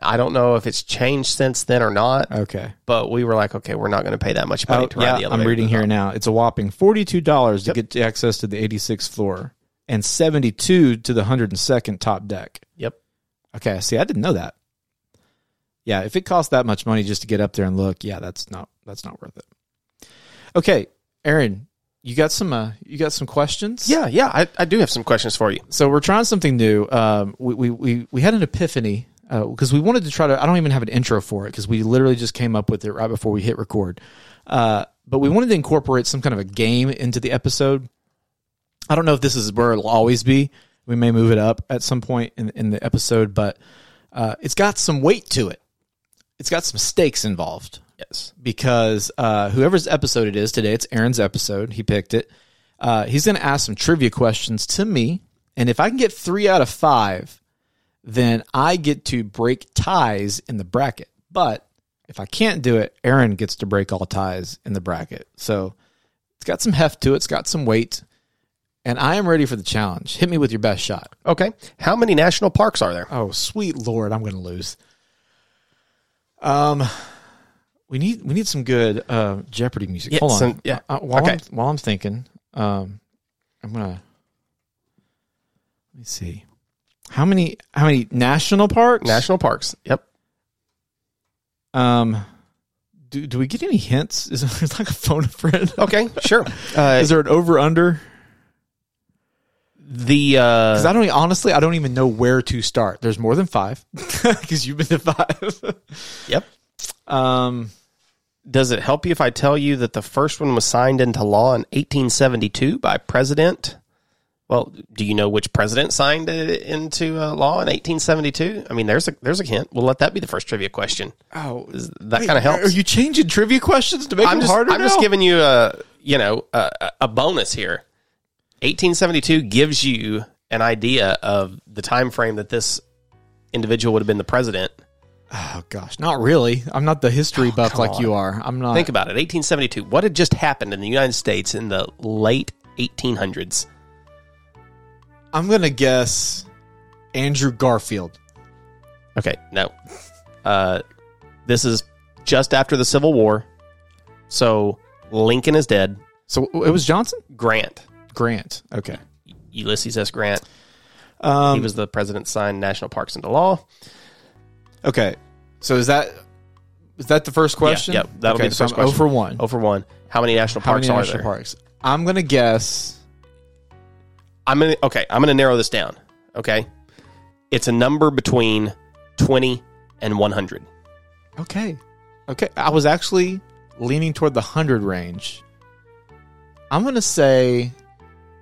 Speaker 3: I don't know if it's changed since then or not,
Speaker 2: Okay.
Speaker 3: but we were like, okay, we're not going to pay that much money
Speaker 2: Oh,
Speaker 3: to ride the
Speaker 2: yeah,
Speaker 3: elevator.
Speaker 2: I'm reading
Speaker 3: to the
Speaker 2: here
Speaker 3: top.
Speaker 2: now. It's a whopping forty-two dollars to get access to the 86th floor and seventy-two to the 102nd top deck.
Speaker 3: Yep.
Speaker 2: Okay, see, I didn't know that. Yeah, if it costs that much money just to get up there and look, yeah, that's not that's not worth it. Okay, Aaron, you got some uh, you got some questions?
Speaker 3: Yeah, yeah. I, I do have some questions for you.
Speaker 2: So we're trying something new. Um, we, we we we had an epiphany because we wanted to try to. I don't even have an intro for it because we literally just came up with it right before we hit record. Uh, but we wanted to incorporate some kind of a game into the episode. I don't know if this is where it'll always be. We may move it up at some point in, in the episode, but uh, it's got some weight to it. It's got some stakes involved
Speaker 3: Yes.
Speaker 2: because uh, whoever's episode it is today, it's Aaron's episode. He picked it. Uh, he's going to ask some trivia questions to me, and if I can get three out of five, then I get to break ties in the bracket. But if I can't do it, Aaron gets to break all ties in the bracket. So it's got some heft to it. It's got some weight, and I am ready for the challenge. Hit me with your best shot.
Speaker 3: Okay. How many national parks are there?
Speaker 2: Oh, sweet lord, I'm going to lose. Um, we need we need some good uh, Jeopardy music.
Speaker 3: Yeah,
Speaker 2: Hold on,
Speaker 3: some- yeah.
Speaker 2: Uh, while I'm
Speaker 3: Okay.
Speaker 2: while I'm thinking, um, I'm gonna let me see how many how many national parks.
Speaker 3: National parks. Yep.
Speaker 2: Um, do do we get any hints? Is there like a phone a friend?
Speaker 3: Okay. Sure. Uh,
Speaker 2: Is there an over under?
Speaker 3: the
Speaker 2: Because
Speaker 3: uh,
Speaker 2: I don't e, honestly, I don't even know where to start. There's more than five because you've been to five.
Speaker 3: yep.
Speaker 2: um.
Speaker 3: Does it help you if I tell you that the first one was signed into law in 1872 by President? Well, do you know which president signed it into uh, law in 1872? I mean, there's a there's a hint. We'll let that be the first trivia question.
Speaker 2: Oh,
Speaker 3: Is- That kind of helps.
Speaker 2: Are you changing trivia questions to make
Speaker 3: I'm
Speaker 2: them
Speaker 3: just
Speaker 2: harder?
Speaker 3: I'm just giving you a you know a, a- a bonus here. 1872 gives you an idea of the time frame that this individual would have been the president.
Speaker 2: Oh gosh, not really. I'm not the history buff like
Speaker 3: Oh, on.
Speaker 2: you are. I'm not.
Speaker 3: Think about it. 1872. What had just happened in the United States in the late 1800s?
Speaker 2: I'm gonna guess Andrew Garfield.
Speaker 3: Okay, no. Uh, this is just after the Civil War. So Lincoln is dead.
Speaker 2: So it was Johnson
Speaker 3: Grant,
Speaker 2: Grant. Okay.
Speaker 3: Ulysses S. Grant, he
Speaker 2: Um,
Speaker 3: was the president, signed national parks into law.
Speaker 2: okay. So is that is that the first question?
Speaker 3: yep, that'll
Speaker 2: okay,
Speaker 3: be the
Speaker 2: so
Speaker 3: first
Speaker 2: I'm 0
Speaker 3: question.
Speaker 2: for one.
Speaker 3: Oh, for one. How many national
Speaker 2: How
Speaker 3: parks
Speaker 2: many
Speaker 3: are
Speaker 2: national
Speaker 3: there?
Speaker 2: parks? I'm gonna guess.
Speaker 3: I'm gonna okay. I'm gonna narrow this down. Okay, it's a number between 20, and 100.
Speaker 2: Okay. Okay. I was actually leaning toward the 100 range. I'm going to say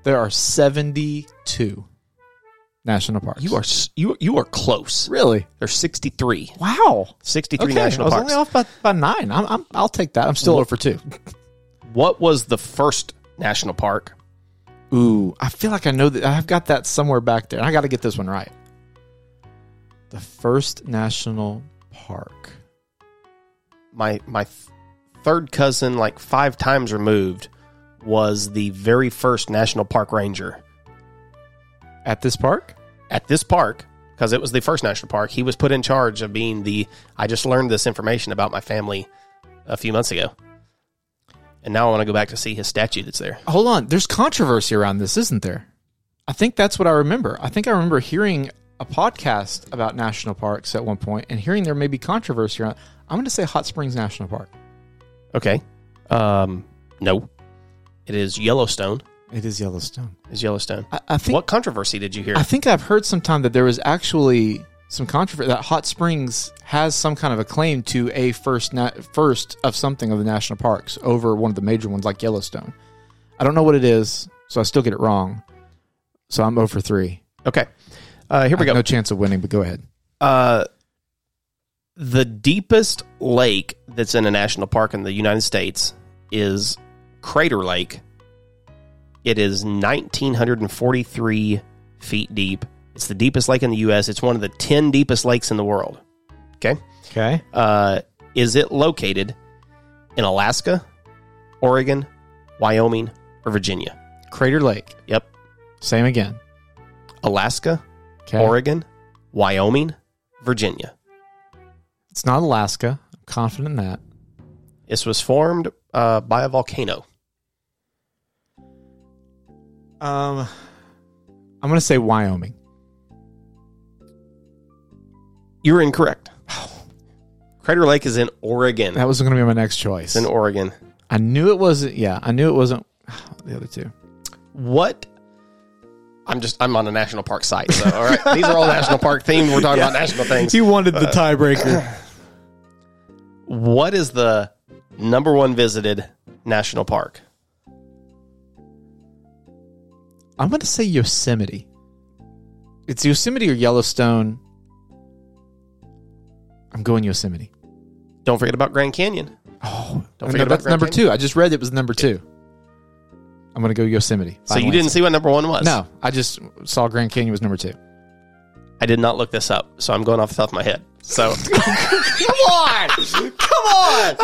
Speaker 2: there are 72 national parks.
Speaker 3: You are s- you you are close.
Speaker 2: really?
Speaker 3: There's 63.
Speaker 2: Wow.
Speaker 3: 63
Speaker 2: Okay. I
Speaker 3: national
Speaker 2: was
Speaker 3: parks.
Speaker 2: only off by, by nine. I'm, I'm, I'll take that. I'm still over two.
Speaker 3: What was the first national park?
Speaker 2: Ooh, I feel like I know that I've got that somewhere back there. I got to get this one right. The first national park.
Speaker 3: My my th- third cousin like 5 times removed was the very first national park ranger.
Speaker 2: At this park?
Speaker 3: At this park because it was the first national park, he was put in charge of being the I just learned this information about my family a few months ago. And now I want to go back to see his statue that's there.
Speaker 2: Hold on. There's controversy around this, isn't there? I think that's what I remember. I think I remember hearing a podcast about national parks at one point and hearing there may be controversy around. I'm going to say Hot Springs National Park.
Speaker 3: Okay. Um no. It is Yellowstone.
Speaker 2: It is Yellowstone.
Speaker 3: Is Yellowstone.
Speaker 2: I, I think
Speaker 3: what controversy did you hear?
Speaker 2: I think I've heard sometime that there was actually some controversy that Hot Springs has some kind of a claim to a first na- first of something of the national parks over one of the major ones like Yellowstone. I don't know what it is, so I still get it wrong. So I'm 0 for 3.
Speaker 3: okay. Uh, here we
Speaker 2: I have
Speaker 3: go.
Speaker 2: No chance of winning, but go ahead.
Speaker 3: Uh, the deepest lake that's in a national park in the United States is Crater Lake. It is 1,943 feet deep. It's the deepest lake in the U.S. It's one of the 10 deepest lakes in the world. Okay.
Speaker 2: Okay.
Speaker 3: Uh, is it located in Alaska, Oregon, Wyoming, or Virginia?
Speaker 2: Crater Lake.
Speaker 3: Yep.
Speaker 2: Same again.
Speaker 3: Alaska,
Speaker 2: Okay.
Speaker 3: Oregon, Wyoming, Virginia.
Speaker 2: It's not Alaska. I'm confident in that.
Speaker 3: This was formed uh, by a volcano.
Speaker 2: Um I'm going to say Wyoming.
Speaker 3: You're incorrect. Crater Lake is in Oregon.
Speaker 2: That was going to be my next choice.
Speaker 3: It's in Oregon.
Speaker 2: I knew it wasn't. Yeah, I knew it wasn't the other two.
Speaker 3: What? I'm just I'm on a national park site. So all right, these are all national park themed. We're talking about national things.
Speaker 2: You wanted the
Speaker 3: Uh,
Speaker 2: tiebreaker.
Speaker 3: What is the number one visited national park?
Speaker 2: I'm going to say Yosemite. It's Yosemite or Yellowstone. I'm going Yosemite.
Speaker 3: Don't forget about Grand Canyon.
Speaker 2: Oh,
Speaker 3: Don't
Speaker 2: and
Speaker 3: forget
Speaker 2: that's
Speaker 3: about
Speaker 2: number
Speaker 3: Grand Canyon.
Speaker 2: two. I just read it was number two. I'm going to go Yosemite.
Speaker 3: So you didn't see what number one was?
Speaker 2: No, I just saw Grand Canyon was number two.
Speaker 3: I did not look this up. So I'm going off the top of my head. So
Speaker 2: Come on, come on.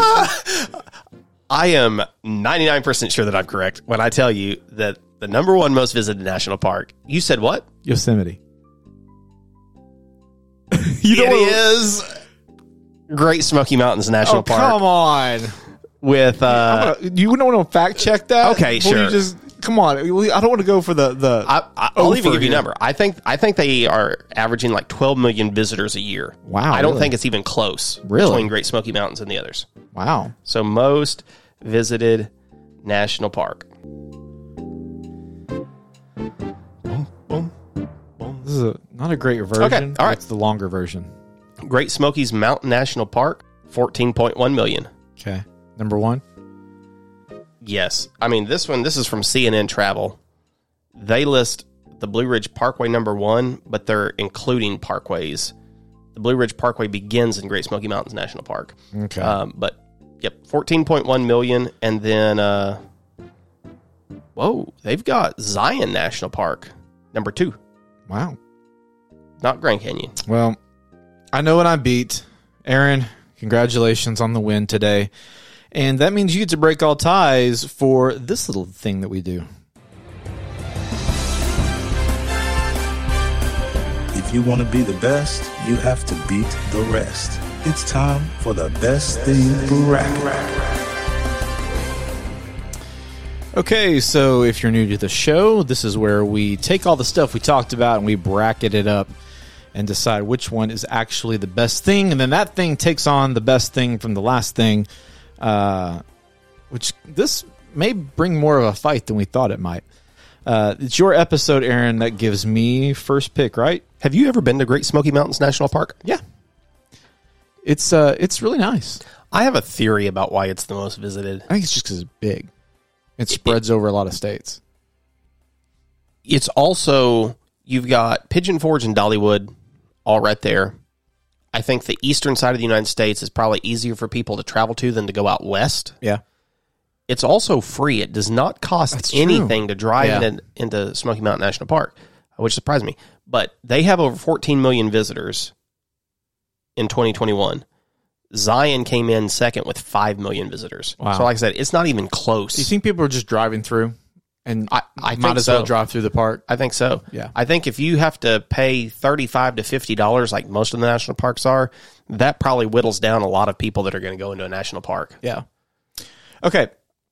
Speaker 3: I am 99% sure that I'm correct when I tell you that the number one most visited national park, you said what?
Speaker 2: Yosemite. you
Speaker 3: It
Speaker 2: what-
Speaker 3: is Great Smoky Mountains National
Speaker 2: Oh,
Speaker 3: Park
Speaker 2: come on.
Speaker 3: with uh,
Speaker 2: I'm gonna- you wouldn't want to fact check that.
Speaker 3: Okay,
Speaker 2: Will you
Speaker 3: sure.
Speaker 2: just come on. I don't want to go for the the.
Speaker 3: I, I, I'll
Speaker 2: Ofer
Speaker 3: even give you a
Speaker 2: here.
Speaker 3: number. I think I think they are averaging like 12 million visitors a year.
Speaker 2: Wow,
Speaker 3: I don't
Speaker 2: really?
Speaker 3: think it's even close
Speaker 2: Really?
Speaker 3: between Great Smoky Mountains and the others.
Speaker 2: wow.
Speaker 3: So most visited national park.
Speaker 2: This is a, not a great version.
Speaker 3: Okay, all right.
Speaker 2: It's the longer version.
Speaker 3: Great Smokies Mountain National Park, 14.1 million.
Speaker 2: Okay. Number one.
Speaker 3: Yes. I mean, this one, this is from CNN Travel. They list the Blue Ridge Parkway number one, but they're including parkways. The Blue Ridge Parkway begins in Great Smoky Mountains National Park.
Speaker 2: Okay.
Speaker 3: Um, but, yep, 14.1 million. And then, uh, whoa, they've got Zion National Park, number two,
Speaker 2: wow.
Speaker 3: not Grand Canyon.
Speaker 2: Well, I know what I beat. Aaron, congratulations on the win today. And that means you get to break all ties for this little thing that we do.
Speaker 4: If you want to be the best, you have to beat the rest. It's time for the best thing bracket.
Speaker 2: Okay, so if you're new to the show, this is where we take all the stuff we talked about and we bracket it up and decide which one is actually the best thing. And then that thing takes on the best thing from the last thing, uh, which this may bring more of a fight than we thought it might. Uh, it's your episode, Aaron, that gives me first pick, right?
Speaker 3: Have you ever been to Great Smoky Mountains National Park?
Speaker 2: Yeah. It's uh, it's really nice.
Speaker 3: I have a theory about why it's the most visited.
Speaker 2: I think it's just because it's big. It spreads over a lot of states.
Speaker 3: It's also you've got Pigeon Forge and Dollywood all right there. I think the eastern side of the United States is probably easier for people to travel to than to go out west.
Speaker 2: Yeah.
Speaker 3: It's also free. It does not cost
Speaker 2: That's true.
Speaker 3: anything to drive
Speaker 2: Yeah.
Speaker 3: in, into Smoky Mountain National Park, which surprised me. But they have over 14 million visitors in 2021. Zion came in second with 5 million visitors.
Speaker 2: Wow.
Speaker 3: So, like I said, it's not even close.
Speaker 2: Do you think people are just driving through, and
Speaker 3: I- I
Speaker 2: might
Speaker 3: think
Speaker 2: as well
Speaker 3: so.
Speaker 2: drive through the park?
Speaker 3: I think so.
Speaker 2: Yeah.
Speaker 3: I think if you have to pay thirty-five to fifty dollars, like most of the national parks are, that probably whittles down a lot of people that are going to go into a national park.
Speaker 2: Yeah. Okay.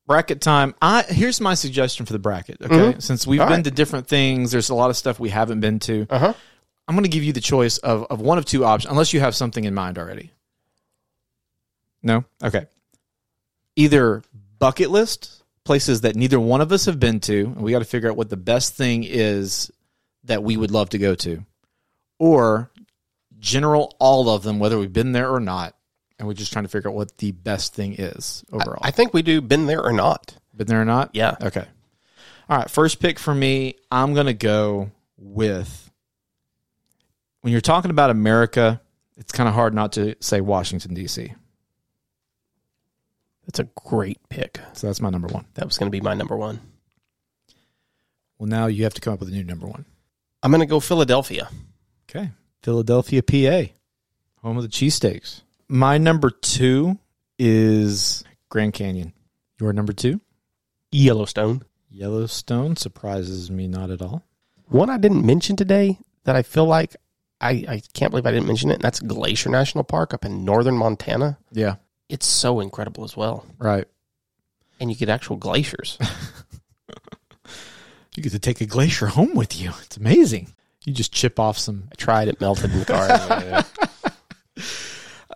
Speaker 2: Bracket time. I here's my suggestion for the bracket. Okay. Since we've been
Speaker 3: Mm-hmm. right.
Speaker 2: to different things, there's a lot of stuff we haven't been to.
Speaker 3: Uh-huh.
Speaker 2: I'm going to give you the choice of, of one of two options, unless you have something in mind already. No? Okay. Either bucket list, places that neither one of us have been to, and we got to figure out what the best thing is that we would love to go to, or general all of them, whether we've been there or not. And we're just trying to figure out what the best thing is overall.
Speaker 3: I think we do. Been there or not?
Speaker 2: Been there or not?
Speaker 3: Yeah.
Speaker 2: Okay. All right. First pick for me, I'm going to go with when you're talking about America, it's kind of hard not to say Washington, D.C.
Speaker 3: That's a great pick.
Speaker 2: So that's my number one.
Speaker 3: That was going to be my number one.
Speaker 2: Well, now you have to come up with a new number one.
Speaker 3: I'm going to go Philadelphia.
Speaker 2: Okay. Philadelphia, PA, home of the cheesesteaks. My number two is Grand Canyon. Your number two?
Speaker 3: Yellowstone.
Speaker 2: Yellowstone surprises me not at all.
Speaker 3: One I didn't mention today that I feel like I, I can't believe I didn't mention it. And that's Glacier National Park up in northern Montana.
Speaker 2: Yeah.
Speaker 3: It's so incredible as well,
Speaker 2: Right.
Speaker 3: and you get actual glaciers.
Speaker 2: You get to take a glacier home with you. It's amazing. You just chip off some
Speaker 3: I tried it, melted in the car.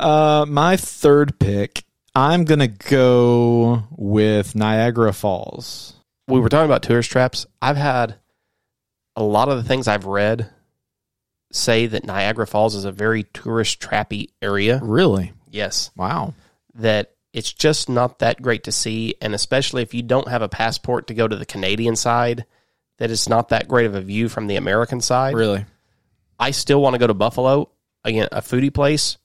Speaker 2: Uh, my third pick, I'm gonna go with Niagara Falls.
Speaker 3: we were talking about tourist traps. I've had a lot of the things I've read say that Niagara Falls is a very tourist trappy area.
Speaker 2: Really?
Speaker 3: Yes,
Speaker 2: Wow.
Speaker 3: that it's just not that great to see, and especially if you don't have a passport to go to the Canadian side, that it's not that great of a view from the American side.
Speaker 2: Really?
Speaker 3: I still want to go to Buffalo again, a foodie place.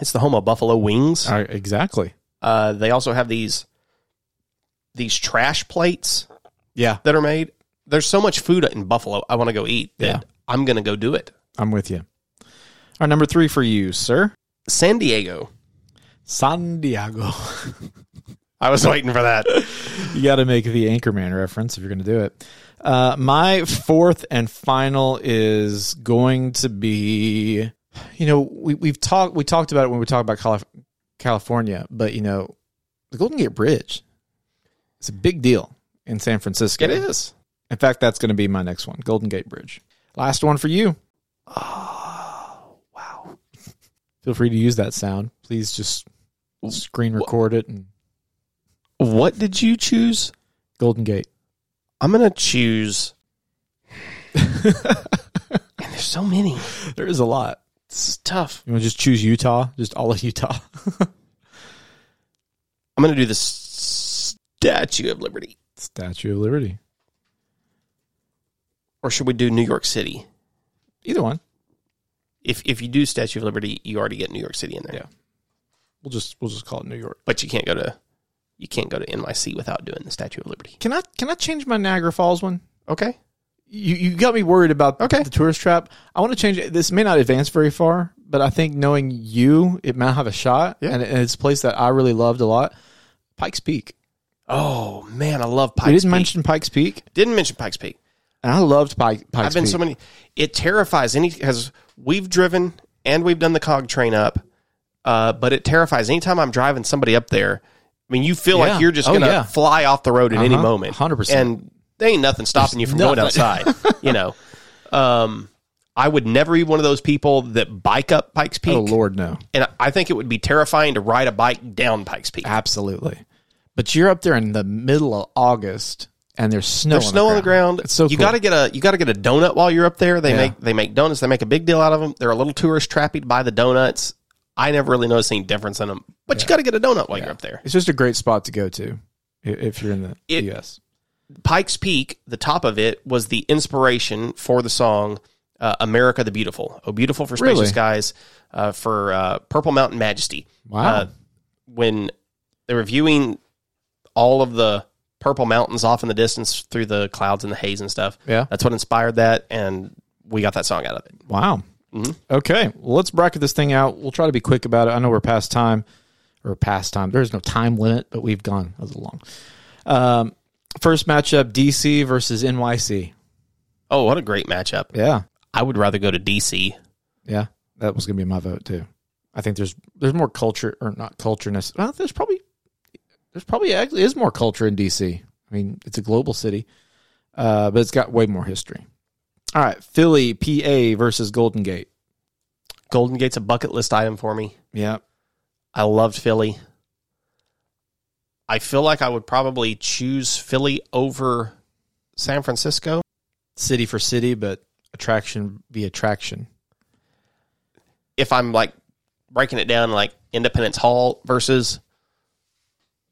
Speaker 3: It's the home of Buffalo Wings.
Speaker 2: Uh, exactly.
Speaker 3: Uh, they also have these these trash plates
Speaker 2: Yeah,
Speaker 3: that are made. There's so much food in Buffalo. I want to go eat. That
Speaker 2: Yeah.
Speaker 3: I'm going to go do it.
Speaker 2: I'm with you. Our number three for you, sir.
Speaker 3: San Diego.
Speaker 2: San Diego.
Speaker 3: I was waiting for that.
Speaker 2: you got to make the Anchorman reference if you're going to do it. Uh, my fourth and final is going to be, you know, we, we've talked we talked about it when we talked about Calif- California, but you know, the Golden Gate Bridge, it's a big deal in San Francisco.
Speaker 3: it is.
Speaker 2: In fact, that's going to be my next one, Golden Gate Bridge. Last one for you. Oh,
Speaker 3: Wow.
Speaker 2: Feel free to use that sound. Please just screen record it and
Speaker 3: What did you choose?
Speaker 2: Golden Gate.
Speaker 3: I'm going to choose. and there's so many.
Speaker 2: There is a lot.
Speaker 3: It's tough.
Speaker 2: You want to just choose Utah? Just all of Utah.
Speaker 3: I'm going to do the S- Statue of Liberty.
Speaker 2: Statue of Liberty.
Speaker 3: Or should we do New York City?
Speaker 2: Either one.
Speaker 3: If if you do Statue of Liberty, you already get New York City in there.
Speaker 2: Yeah. We'll just we'll just call it New York.
Speaker 3: But you can't go to you can't go to NYC without doing the Statue of Liberty.
Speaker 2: Can I can I change my Niagara Falls one?
Speaker 3: Okay.
Speaker 2: You you got me worried about
Speaker 3: Okay.
Speaker 2: the tourist trap. I want to change it. This may not advance very far, but I think knowing you, it might have a shot.
Speaker 3: Yeah.
Speaker 2: And, and it's a place that I really loved a lot. Pikes Peak.
Speaker 3: Oh man, I love
Speaker 2: we
Speaker 3: Pikes
Speaker 2: didn't
Speaker 3: Peak.
Speaker 2: mention Pikes Peak,
Speaker 3: didn't mention Pikes Peak.
Speaker 2: and I loved Pike, Pikes
Speaker 3: I've been
Speaker 2: Peak.
Speaker 3: so many. It terrifies any because we've driven and we've done the cog train up, uh, but it terrifies anytime I'm driving somebody up there. I mean, you feel
Speaker 2: Yeah.
Speaker 3: like you're just
Speaker 2: Oh,
Speaker 3: gonna
Speaker 2: yeah.
Speaker 3: fly off the road at any
Speaker 2: Uh-huh.
Speaker 3: moment,
Speaker 2: 100%.
Speaker 3: and there ain't nothing stopping you from going
Speaker 2: nothing.
Speaker 3: outside. you know, um, I would never be one of those people that bike up Pikes Peak,
Speaker 2: oh Lord, no,
Speaker 3: and I think it would be terrifying to ride a bike down Pikes Peak.
Speaker 2: absolutely. But you're up there in the middle of August, and there's snow.
Speaker 3: There's snow on the ground.
Speaker 2: It's so
Speaker 3: you
Speaker 2: cool.
Speaker 3: got to get a you got to get a donut while you're up there. They
Speaker 2: Yeah.
Speaker 3: make they make donuts. They make a big deal out of them. They're a little tourist trappy to buy the donuts. I never really noticed any difference in them. But you got to get a donut while you're up there.
Speaker 2: It's just a great spot to go to i- if you're in the
Speaker 3: It-
Speaker 2: U.S.
Speaker 3: Pike's Peak, the top of it, was the inspiration for the song uh, "America the Beautiful." Oh, beautiful for spacious
Speaker 2: Really?
Speaker 3: skies, uh, for uh, Purple Mountain Majesty.
Speaker 2: Wow.
Speaker 3: Uh, when they were viewing all of the purple mountains off in the distance through the clouds and the haze and stuff,
Speaker 2: Yeah.
Speaker 3: that's what inspired that, and we got that song out of it.
Speaker 2: Wow. Okay. Well, let's bracket this thing out. We'll try to be quick about it. I know we're past time or past time. There's no time limit, but we've gone a little long. Um, first matchup DC versus NYC.
Speaker 3: Oh, what a great matchup!
Speaker 2: Yeah.
Speaker 3: I would rather go to DC.
Speaker 2: Yeah. That was going to be my vote too. I think there's there's more culture or not cultureness. Well, there's probably there's probably actually is more culture in DC. I mean, it's a global city, uh, but it's got way more history. All right, Philly, PA versus Golden Gate.
Speaker 3: Golden Gate's a bucket list item for me.
Speaker 2: Yeah,
Speaker 3: I loved Philly. I feel like I would probably choose Philly over San Francisco.
Speaker 2: city for city, but attraction be attraction.
Speaker 3: If I'm like breaking it down like Independence Hall versus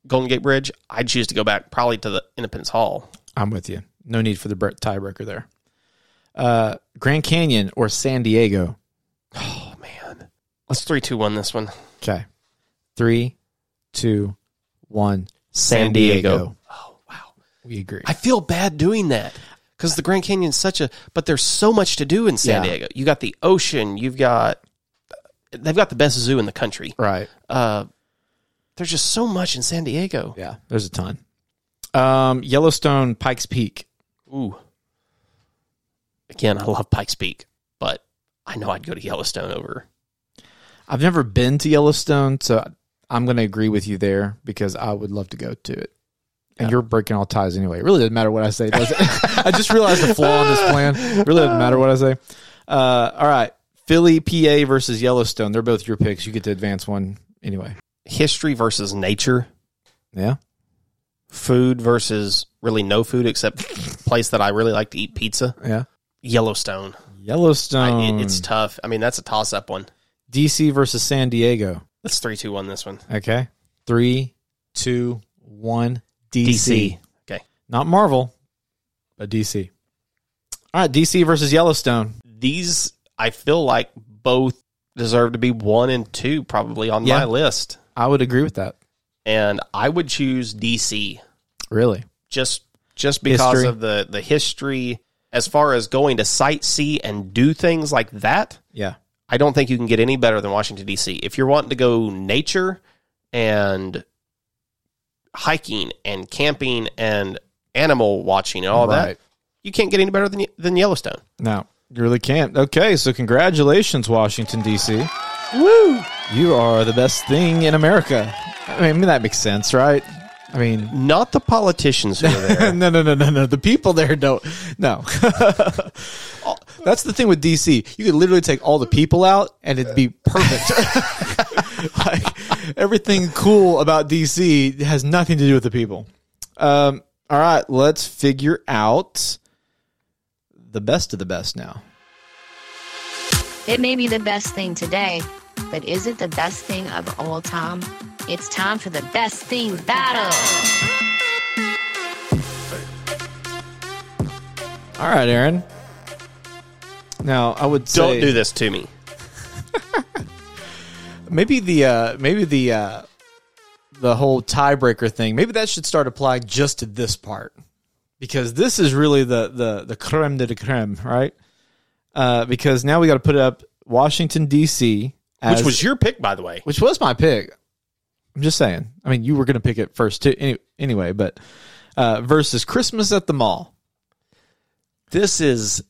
Speaker 3: Golden Gate Bridge, I'd choose to go back probably to the Independence Hall.
Speaker 2: I'm with you. No need for the bre- tiebreaker there. Uh, Grand Canyon or San Diego.
Speaker 3: Oh man. Let's three two one this one.
Speaker 2: Okay, three, two, one.
Speaker 3: San Diego. Oh wow.
Speaker 2: We agree.
Speaker 3: I feel bad doing that because the Grand Canyon's such a, but there's so much to do in San
Speaker 2: Yeah.
Speaker 3: Diego. You got the ocean. You've got, they've got the best zoo in the country.
Speaker 2: right.
Speaker 3: Uh, there's just so much in San Diego.
Speaker 2: Yeah, there's a ton. Um, Yellowstone, Pikes Peak.
Speaker 3: Ooh. Again, I love Pikes Peak, but I know I'd go to Yellowstone over.
Speaker 2: I've never been to Yellowstone, so I'm going to agree with you there because I would love to go to it. And you're breaking all ties anyway. It really doesn't matter what I say, does it? I just realized the flaw in this plan. It really doesn't matter what I say. Uh, all right. Philly, PA versus Yellowstone. They're both your picks. You get to advance one anyway.
Speaker 3: History versus nature,
Speaker 2: Yeah.
Speaker 3: food versus really no food except place that I really like to eat pizza.
Speaker 2: Yeah.
Speaker 3: Yellowstone. I,
Speaker 2: Yellowstone.
Speaker 3: it- it's tough. I mean, that's a toss up one.
Speaker 2: DC versus San Diego.
Speaker 3: Let's three two one this one.
Speaker 2: Okay. Three, two, one. DC.
Speaker 3: Okay.
Speaker 2: Not Marvel, but DC. All right, DC versus Yellowstone.
Speaker 3: These I feel like both deserve to be one and two probably on
Speaker 2: Yeah.
Speaker 3: my list.
Speaker 2: I would agree with that.
Speaker 3: And I would choose DC.
Speaker 2: Really?
Speaker 3: just just because
Speaker 2: History.
Speaker 3: of the the history as far as going to sightsee and do things like that
Speaker 2: Yeah.
Speaker 3: i don't think you can get any better than washington d.c if you're wanting to go nature and hiking and camping and animal watching and all
Speaker 2: Right.
Speaker 3: that you can't get any better than than yellowstone
Speaker 2: No, you really can't. Okay, so congratulations, Washington, D.C.
Speaker 3: woo
Speaker 2: You are the best thing in America. I mean, that makes sense, right? I mean,
Speaker 3: not the politicians who are there
Speaker 2: no, no, no, no, no. The people there don't. No. That's the thing with DC. You could literally take all the people out and it'd be perfect. like everything cool about DC has nothing to do with the people. Um, all right, let's figure out the best of the best now.
Speaker 1: It may be the best thing today, but is it the best thing of all time? It's time for the best thing battle.
Speaker 2: All right, Aaron. Now I would say
Speaker 3: don't do this to me
Speaker 2: Maybe the uh, maybe the uh, the whole tiebreaker thing. Maybe that should start applying just to this part because this is really the the the creme de la creme, right? Uh, because now we got to put up Washington D.C. As,
Speaker 3: which was your pick by the way
Speaker 2: which was my pick. I'm just saying. I mean, you were going to pick it first too, any, anyway. But uh, versus Christmas at the mall.
Speaker 3: this is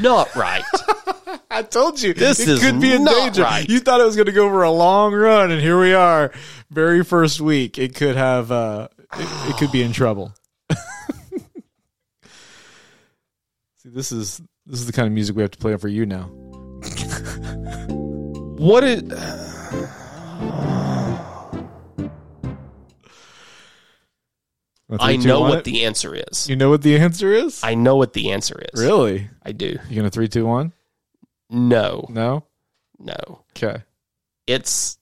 Speaker 3: not right
Speaker 2: I told you
Speaker 3: This
Speaker 2: it
Speaker 3: is
Speaker 2: could be in
Speaker 3: not
Speaker 2: danger.
Speaker 3: right.
Speaker 2: You thought it was going to go for a long run, and here we are, very first week. It could have, uh, it, it could be in trouble. See, this is this is the kind of music we have to play for you now.
Speaker 3: what is
Speaker 2: Wanna
Speaker 3: i
Speaker 2: think two,
Speaker 3: know
Speaker 2: one
Speaker 3: what
Speaker 2: it?
Speaker 3: the answer is
Speaker 2: you know what the answer is.
Speaker 3: i know what the answer is
Speaker 2: really?
Speaker 3: I do.
Speaker 2: You gonna three, two, one?
Speaker 3: No,
Speaker 2: No.
Speaker 3: no.
Speaker 2: Okay.
Speaker 3: It's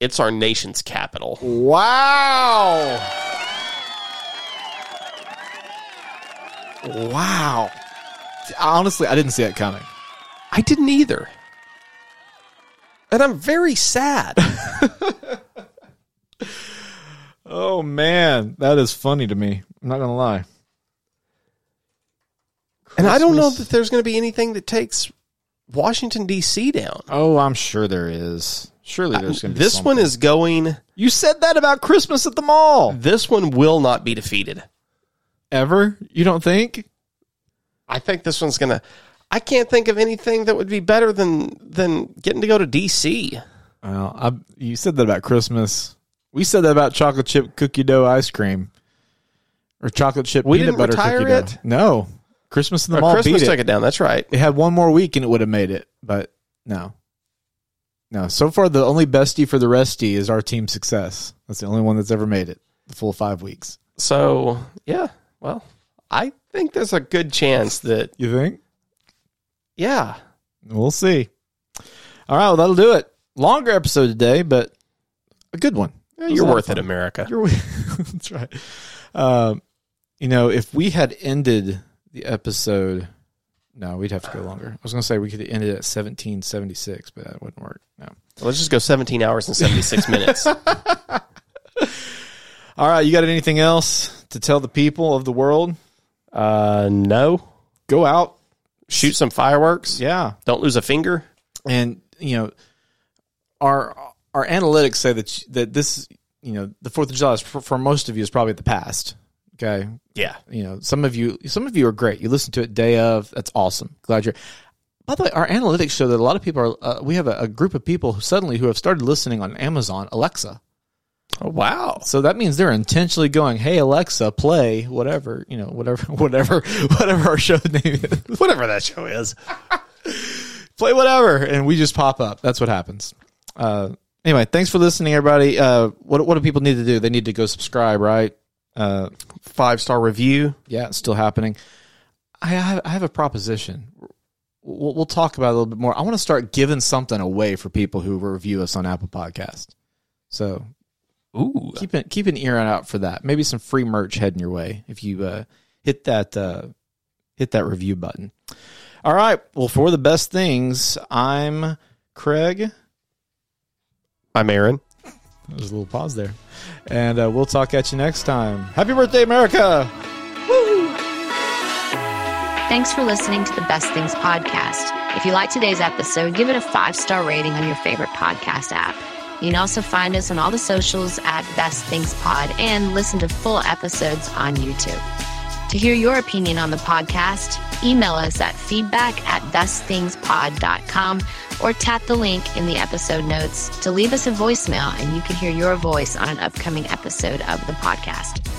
Speaker 3: it's our nation's capital.
Speaker 5: Wow. Wow. Honestly, I didn't see it coming.
Speaker 3: I didn't either. And I'm very sad.
Speaker 2: Oh man, that is funny to me. I'm not gonna lie.
Speaker 3: and I don't know
Speaker 2: Christmas.
Speaker 3: that there's going to be anything that takes Washington D.C. down.
Speaker 2: Oh, I'm sure there is. Surely there's gonna be
Speaker 3: This one
Speaker 2: something.
Speaker 3: is going.
Speaker 2: You said that about Christmas at the mall.
Speaker 3: This one will not be defeated.
Speaker 2: Ever? You don't think?
Speaker 3: I think this one's going to. I can't think of anything that would be better than than getting to go to D.C.
Speaker 2: Well, I, you said that about Christmas. We said that about chocolate chip cookie dough ice cream, or chocolate chip
Speaker 3: We
Speaker 2: peanut
Speaker 3: didn't
Speaker 2: butter
Speaker 3: retire
Speaker 2: cookie
Speaker 3: it?
Speaker 2: dough. No, Christmas in the
Speaker 3: Or
Speaker 2: mall
Speaker 3: Christmas
Speaker 2: beat
Speaker 3: took
Speaker 2: it.
Speaker 3: it down. That's right.
Speaker 2: It had one more week and it would have made it, but no, no. So far, the only bestie for the restie is our team success. That's the only one that's ever made it the full five weeks.
Speaker 3: So yeah, well, I think there's a good chance that
Speaker 2: You think?
Speaker 3: yeah,
Speaker 2: We'll see. All right, well, that'll do it. Longer episode today, but a good one.
Speaker 3: you're worth it, America.
Speaker 2: You're, that's right. Um, you know, if we had ended the episode, no, we'd have to go longer. I was going to say we could have ended at 1776, but that wouldn't work. No.
Speaker 3: Let's just go 17 hours and 76 minutes.
Speaker 2: All right, you got anything else to tell the people of the world?
Speaker 3: Uh, no,
Speaker 2: Go out.
Speaker 3: shoot some fireworks.
Speaker 2: Yeah.
Speaker 3: Don't lose a finger.
Speaker 2: and you know our our analytics say that that this you know the Fourth of July is for, for most of you is probably the past. Okay,
Speaker 3: Yeah,
Speaker 2: you know some of you some of you are great. You listen to it day of. That's awesome. Glad you're. By the way, our analytics show that a lot of people are. Uh, we have a, a group of people who suddenly who have started listening on Amazon Alexa.
Speaker 3: Oh, wow.
Speaker 2: So that means they're intentionally going, "Hey Alexa, play whatever you know, whatever, whatever, whatever our show name is,
Speaker 3: Whatever that show is.
Speaker 2: play whatever and we just pop up that's what happens uh anyway thanks for listening everybody uh what, what do people need to do they need to go subscribe right uh
Speaker 3: Five star review.
Speaker 2: yeah it's still happening i have, I have a proposition we'll, we'll talk about it a little bit more i want to start giving something away for people who review us on apple podcast so
Speaker 3: Ooh.
Speaker 2: keep an, keep an ear out for that maybe some free merch heading your way if you uh hit that uh hit that review button all right well for the best things i'm craig
Speaker 3: I'm Aaron.
Speaker 2: There's a little pause there. And uh, we'll talk at you next time. Happy birthday, America!
Speaker 1: Thanks for listening to the Best Things Podcast. If you like today's episode, give it a five star rating on your favorite podcast app. You can also find us on all the socials at Best Things Pod and listen to full episodes on YouTube. To hear your opinion on the podcast, email us at feedback at bestthingspod.com or tap the link in the episode notes to leave us a voicemail and you can hear your voice on an upcoming episode of the podcast.